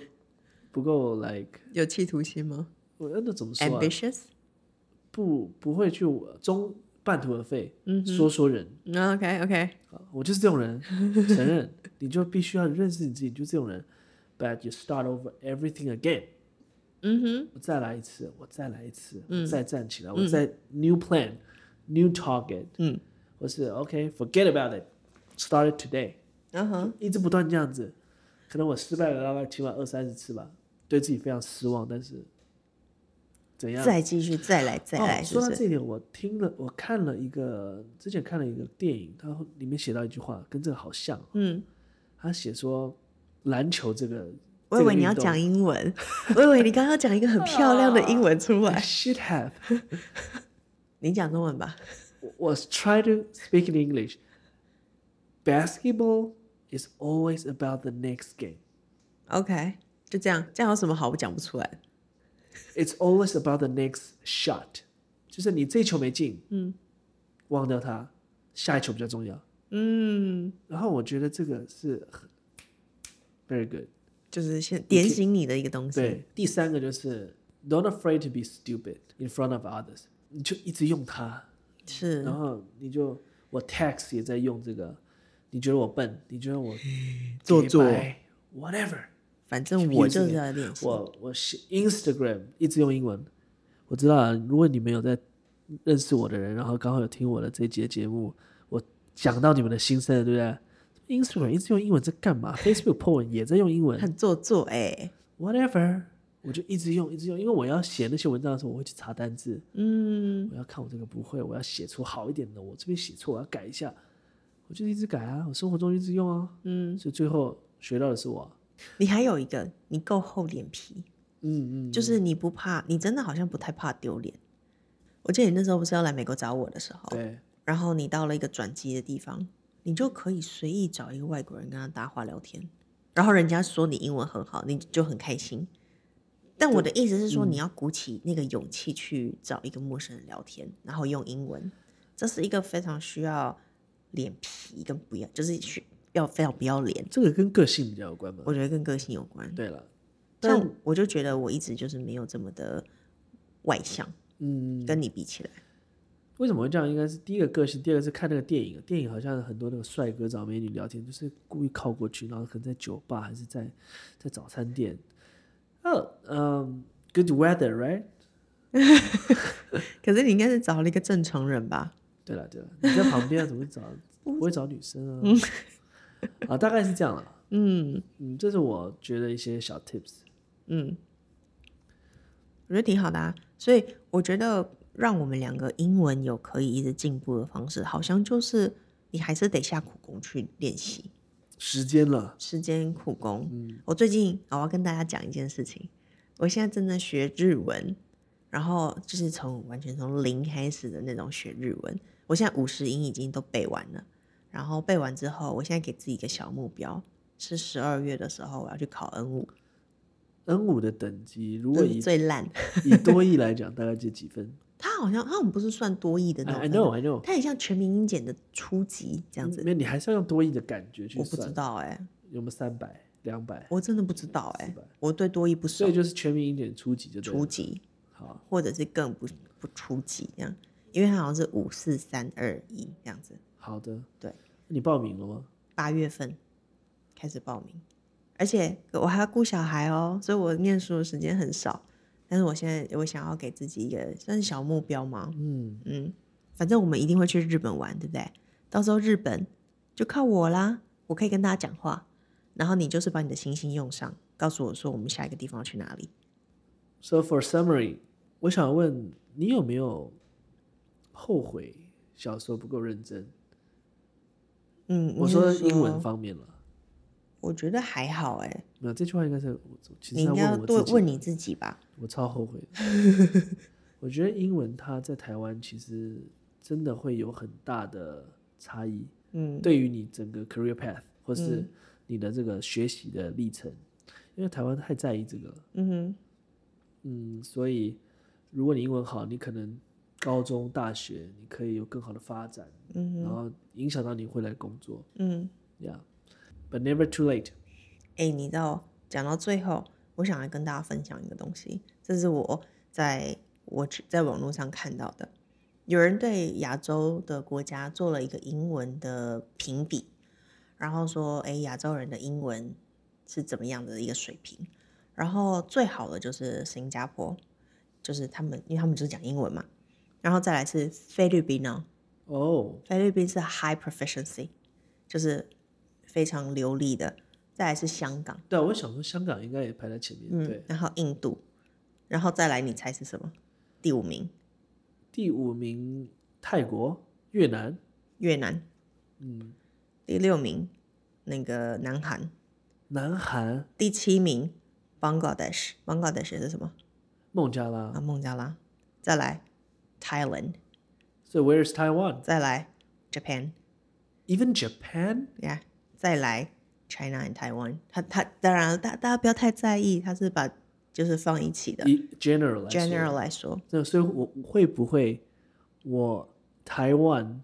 [SPEAKER 2] 不够 like，
[SPEAKER 1] 有企图心吗
[SPEAKER 2] 我那怎么说啊？
[SPEAKER 1] ？Ambitious？
[SPEAKER 2] 不不会去中半途而废，
[SPEAKER 1] 嗯哼
[SPEAKER 2] 说说人。
[SPEAKER 1] OK OK，
[SPEAKER 2] 啊我就是这种人，承认，你就必须要认识你自己，你就是这种人。But you start over everything again，
[SPEAKER 1] 嗯哼，
[SPEAKER 2] 我再来一次，我再来一次，我
[SPEAKER 1] 嗯
[SPEAKER 2] 再站起来，我再 new plan，new target，
[SPEAKER 1] 嗯，
[SPEAKER 2] 我是 OK，forget、about it，start it today，
[SPEAKER 1] 嗯哼，
[SPEAKER 2] 一直不断这样子，可能我失败了大概起码二三十次吧，对自己非常失望，但是怎样？
[SPEAKER 1] 再继续，再来，再来，
[SPEAKER 2] 哦、
[SPEAKER 1] 是
[SPEAKER 2] 说
[SPEAKER 1] 不
[SPEAKER 2] 到这
[SPEAKER 1] 是？
[SPEAKER 2] 一点，我听了，我看了一个之前看了一个电影，它里面写到一句话，跟这个好像。哦
[SPEAKER 1] 嗯，
[SPEAKER 2] 他写说篮球这个，
[SPEAKER 1] 我以为你要讲英文， 我以为你刚刚讲一个很漂亮的英文出
[SPEAKER 2] I
[SPEAKER 1] 来，
[SPEAKER 2] should have.
[SPEAKER 1] 你讲中文吧。
[SPEAKER 2] Was try to speak in English. Basketball is always about the next game.
[SPEAKER 1] OK，就这样，这样有什么好我讲不出来？
[SPEAKER 2] It's always about the next shot. 就是你这一球没进，嗯，忘掉它，下一球比较重要。
[SPEAKER 1] 嗯，
[SPEAKER 2] 然后我觉得这个是很 very good。
[SPEAKER 1] 就是先点醒你的一个东西。
[SPEAKER 2] 对，第三个就是 don't afraid to be stupid in front of others，你就一直用它，
[SPEAKER 1] 是
[SPEAKER 2] 然，后你就我 text 也在用这个，你觉得我笨，你觉得我
[SPEAKER 1] 做作
[SPEAKER 2] ，whatever，
[SPEAKER 1] 反正我就是
[SPEAKER 2] 这
[SPEAKER 1] 要练习。
[SPEAKER 2] 我我是 Instagram 一直用英文，我知道啊如果你们有在认识我的人，然后刚好有听我的这一节节目，我讲到你们的心声了，对不对？Instagram 一直用英文在干嘛？Facebook po 文也在用英文，
[SPEAKER 1] 很做作哎，
[SPEAKER 2] whatever，我就一直用，一直用，因为我要写那些文章的时候，我会去查单字，
[SPEAKER 1] 嗯，
[SPEAKER 2] 我要看我这个不会，我要写出好一点的，我这边写错，我要改一下，我就一直改啊，我生活中一直用啊，嗯，所以最后学到的是我啊，
[SPEAKER 1] 你还有一个，你够厚脸皮，
[SPEAKER 2] 嗯嗯，
[SPEAKER 1] 就是你不怕，你真的好像不太怕丢脸。我记得你那时候不是要来美国找我的时候，
[SPEAKER 2] 对，
[SPEAKER 1] 然后你到了一个转机的地方，你就可以随意找一个外国人跟他搭话聊天，然后人家说你英文很好，你就很开心。但我的意思是说，你要鼓起那个勇气去找一个陌生人聊天，然后用英文，这是一个非常需要脸皮跟不要，就是需要非常不要脸。
[SPEAKER 2] 这个跟个性比较有关吧
[SPEAKER 1] 我，觉得跟个性有关。
[SPEAKER 2] 对了，但
[SPEAKER 1] 像我就觉得我一直就是没有这么的外向，
[SPEAKER 2] 嗯，
[SPEAKER 1] 跟你比起来，
[SPEAKER 2] 为什么会这样？应该是第一个个性，第二个是看那个电影。电影好像很多那个帅哥找美女聊天，就是故意靠过去，然后可能在酒吧还是在在早餐店。哦，嗯，good weather，right？
[SPEAKER 1] 可是你应该是找了一个正常人吧？
[SPEAKER 2] 对了对了，你在旁边啊怎么会 找？不会找女生啊？ 啊，大概是这样了。
[SPEAKER 1] 嗯
[SPEAKER 2] 嗯，这是我觉得一些小 tips。
[SPEAKER 1] 嗯，我觉得挺好的啊。所以我觉得让我们两个英文有可以一直进步的方式，好像就是你还是得下苦功去练习，
[SPEAKER 2] 时间了，
[SPEAKER 1] 时间苦功。我最近啊我要跟大家讲一件事情，我现在正在学日文，然后就是从完全从零开始的那种学日文。我现在五十音已经都背完了，然后背完之后，我现在给自己一个小目标，是十二月的时候我要去考 N 五，
[SPEAKER 2] N 五的等级，如果
[SPEAKER 1] 这是
[SPEAKER 2] 以
[SPEAKER 1] 最烂。
[SPEAKER 2] 以多亿来讲，大概就几分
[SPEAKER 1] 它好像它好像不是算多 义的那种
[SPEAKER 2] I,？I
[SPEAKER 1] 分类
[SPEAKER 2] know，I know。
[SPEAKER 1] 它很像全民英检的初级这样子。
[SPEAKER 2] 没有，你还是要用多亿的感觉去
[SPEAKER 1] 我不知
[SPEAKER 2] 算，
[SPEAKER 1] 道哎、
[SPEAKER 2] 有没有三百、两百？
[SPEAKER 1] 我真的不知道哎、
[SPEAKER 2] 400
[SPEAKER 1] 我对多义不熟
[SPEAKER 2] 所以，就是全民英检初级就对了
[SPEAKER 1] 初级
[SPEAKER 2] 好，
[SPEAKER 1] 或者是更不不初级这样，因为它好像是五四三二一这样子。
[SPEAKER 2] 好的，
[SPEAKER 1] 对，
[SPEAKER 2] 你报名了吗？
[SPEAKER 1] 八月份开始报名，而且我还要顾小孩哦，所以我念书的时间很少。但是我现在我想要给自己一个算是小目标嘛，
[SPEAKER 2] 嗯，
[SPEAKER 1] 嗯，反正我们一定会去日本玩，对不对？到时候日本就靠我啦，我可以跟大家讲话，然后你就是把你的行星用上，告诉我说我们下一个地方要去哪里。
[SPEAKER 2] So for summary，我想问你有没有后悔小时候不够认真？
[SPEAKER 1] 嗯，
[SPEAKER 2] 我
[SPEAKER 1] 你
[SPEAKER 2] 说
[SPEAKER 1] 是
[SPEAKER 2] 英文方面了，
[SPEAKER 1] 我觉得还好哎、
[SPEAKER 2] 没有这句话应该是我其
[SPEAKER 1] 你
[SPEAKER 2] 实在
[SPEAKER 1] 应该要
[SPEAKER 2] 问
[SPEAKER 1] 多
[SPEAKER 2] 我自己，
[SPEAKER 1] 问你自己吧。
[SPEAKER 2] 我超后悔的。 我觉得英文它在台湾其实真的会有很大的差异，
[SPEAKER 1] 嗯，
[SPEAKER 2] 对于你整个 career path 或是你的这个学习的历程，因为台湾太在意这个了。
[SPEAKER 1] 嗯哼，
[SPEAKER 2] 嗯，所以如果你英文好，你可能高中、大学你可以有更好的发展，
[SPEAKER 1] 嗯
[SPEAKER 2] 然后影响到你未来工作
[SPEAKER 1] 嗯，
[SPEAKER 2] ，Yeah，but never too late。
[SPEAKER 1] 哎、你知道讲到最后，我想来跟大家分享一个东西，这是我在我去在网络上看到的，有人对亚洲的国家做了一个英文的评比，然后说，哎，亚洲人的英文是怎么样的一个水平？然后最好的就是新加坡，就是他们，因为他们就是讲英文嘛。然后再来是菲律宾呢，
[SPEAKER 2] 哦，
[SPEAKER 1] 菲律宾是 high proficiency，就是非常流利的。再来是香港，
[SPEAKER 2] 对啊，我想说香港应该也排在前面，
[SPEAKER 1] 嗯
[SPEAKER 2] 对，，
[SPEAKER 1] 然后印度，然后再来你猜是什么？第五名
[SPEAKER 2] 第五名泰国、越南，
[SPEAKER 1] 越南，
[SPEAKER 2] 嗯，
[SPEAKER 1] 第六名那个南韩，
[SPEAKER 2] 南韩、
[SPEAKER 1] 第七名 Bangladesh，Bangladesh 是什么？
[SPEAKER 2] 孟加拉
[SPEAKER 1] 啊，，孟加拉。再来 Thailand，
[SPEAKER 2] 所以 Where's Taiwan？
[SPEAKER 1] 再来 Japan，
[SPEAKER 2] Even Japan?
[SPEAKER 1] 呀、再来 China and Taiwan。他他当然了，大大家不要太在意，他是把就是放一起的。
[SPEAKER 2] 以 general 来说
[SPEAKER 1] General 来说，
[SPEAKER 2] 那所以我会不会我台湾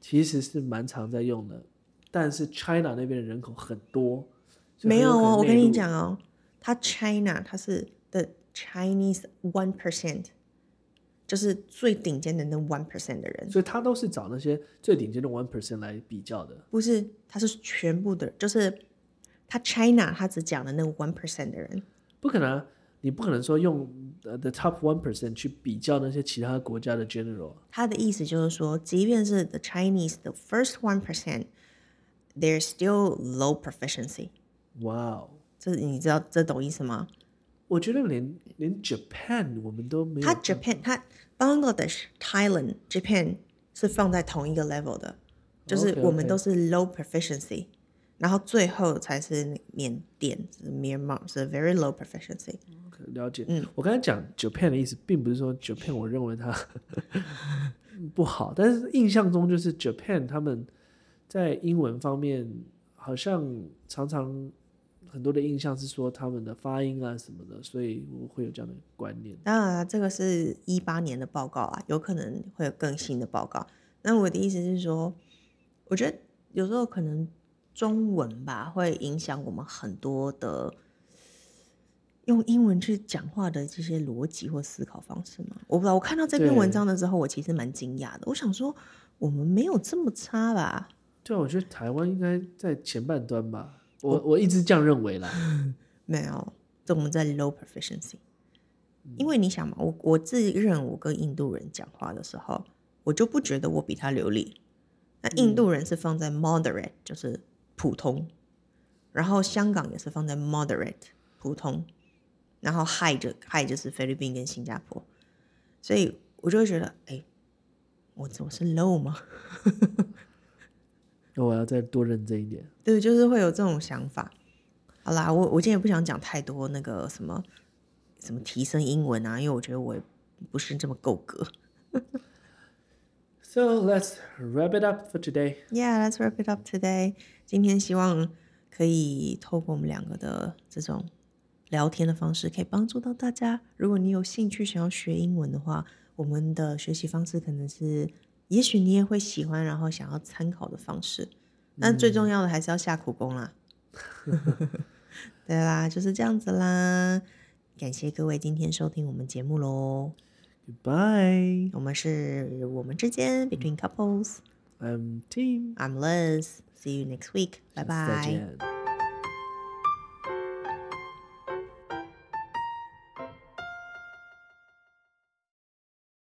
[SPEAKER 2] 其实是蛮常在用的，但是 China 那边的人口很多，所以
[SPEAKER 1] 没
[SPEAKER 2] 很
[SPEAKER 1] 有
[SPEAKER 2] 可能
[SPEAKER 1] 哦，我跟
[SPEAKER 2] 内
[SPEAKER 1] 你
[SPEAKER 2] 陆
[SPEAKER 1] 讲哦，他 China 他是 the Chinese one percent，就是最顶尖的那 one percent 的人，
[SPEAKER 2] 所以他都是找那些最顶尖的 one percent 来比较的。
[SPEAKER 1] 不是，他是全部的，就是他 China 他只讲了那 one percent 的人，
[SPEAKER 2] 不可能啊、你不可能说用呃 the top one percent 去比较那些其他国家的 general 啊。
[SPEAKER 1] 他的意思就是说，即便是 the Chinese the first one percent，they're still low proficiency，
[SPEAKER 2] 哇哦，
[SPEAKER 1] 这你知道这懂意思吗？
[SPEAKER 2] 我觉得连连 Japan 我们都没有嗯
[SPEAKER 1] 它 Japan 它 Bangladesh、Thailand、Japan 是放在同一个 level 的，就是
[SPEAKER 2] OK，OK
[SPEAKER 1] 我们都是 low proficiency，然后最后才是缅甸是 Myanmar 是 very low proficiency。
[SPEAKER 2] 了解。我刚才讲 Japan 的意思，并不是说 Japan 我认为它 不好，但是印象中就是 Japan 他们在英文方面好像常常很多的印象是说他们的发音啊什么的，所以我会有这样的观念。
[SPEAKER 1] 当然啊，这个是一八年的报告啊，有可能会有更新的报告。那我的意思是说，我觉得有时候可能中文吧，会影响我们很多的用英文去讲话的这些逻辑或思考方式嘛。我不知道，我看到这篇
[SPEAKER 2] 对
[SPEAKER 1] 文章的时候，我其实蛮惊讶的。我想说，我们没有这么差吧？
[SPEAKER 2] 对啊，我觉得台湾应该在前半端吧，我我一直这样认为啦。
[SPEAKER 1] 没有，这我们在 low proficiency。因为你想嘛，我我自认我跟印度人讲话的时候，我就不觉得我比他流利。那印度人是放在 moderate，、就是普通，然后香港也是放在 moderate 普通，然后 high 就 high 就是菲律宾跟新加坡，所以我就会觉得，哎，我我是 low 吗？
[SPEAKER 2] 那我要再多认真一点。
[SPEAKER 1] 对，就是会有这种想法。好啦，我我今天也不想讲太多那个什么什么提升英文啊，因为我觉得我也不是这么够格。
[SPEAKER 2] So let's wrap it up for today.
[SPEAKER 1] Yeah, let's wrap it up today. 今天希望可以透过我们两个的这种聊天的方式，可以帮助到大家。如果你有兴趣想要学英文的话，我们的学习方式可能是，也许你也会喜欢，然后想要参考的方式。但最重要的还是要下苦功啦。对啦，就是这样子啦。感谢各位今天收听我们节目喽。
[SPEAKER 2] Goodbye.
[SPEAKER 1] 我们是我们之间 between couples。
[SPEAKER 2] I'm Team.
[SPEAKER 1] I'm Liz. See you next week. Bye
[SPEAKER 2] 再
[SPEAKER 1] bye.
[SPEAKER 2] 见。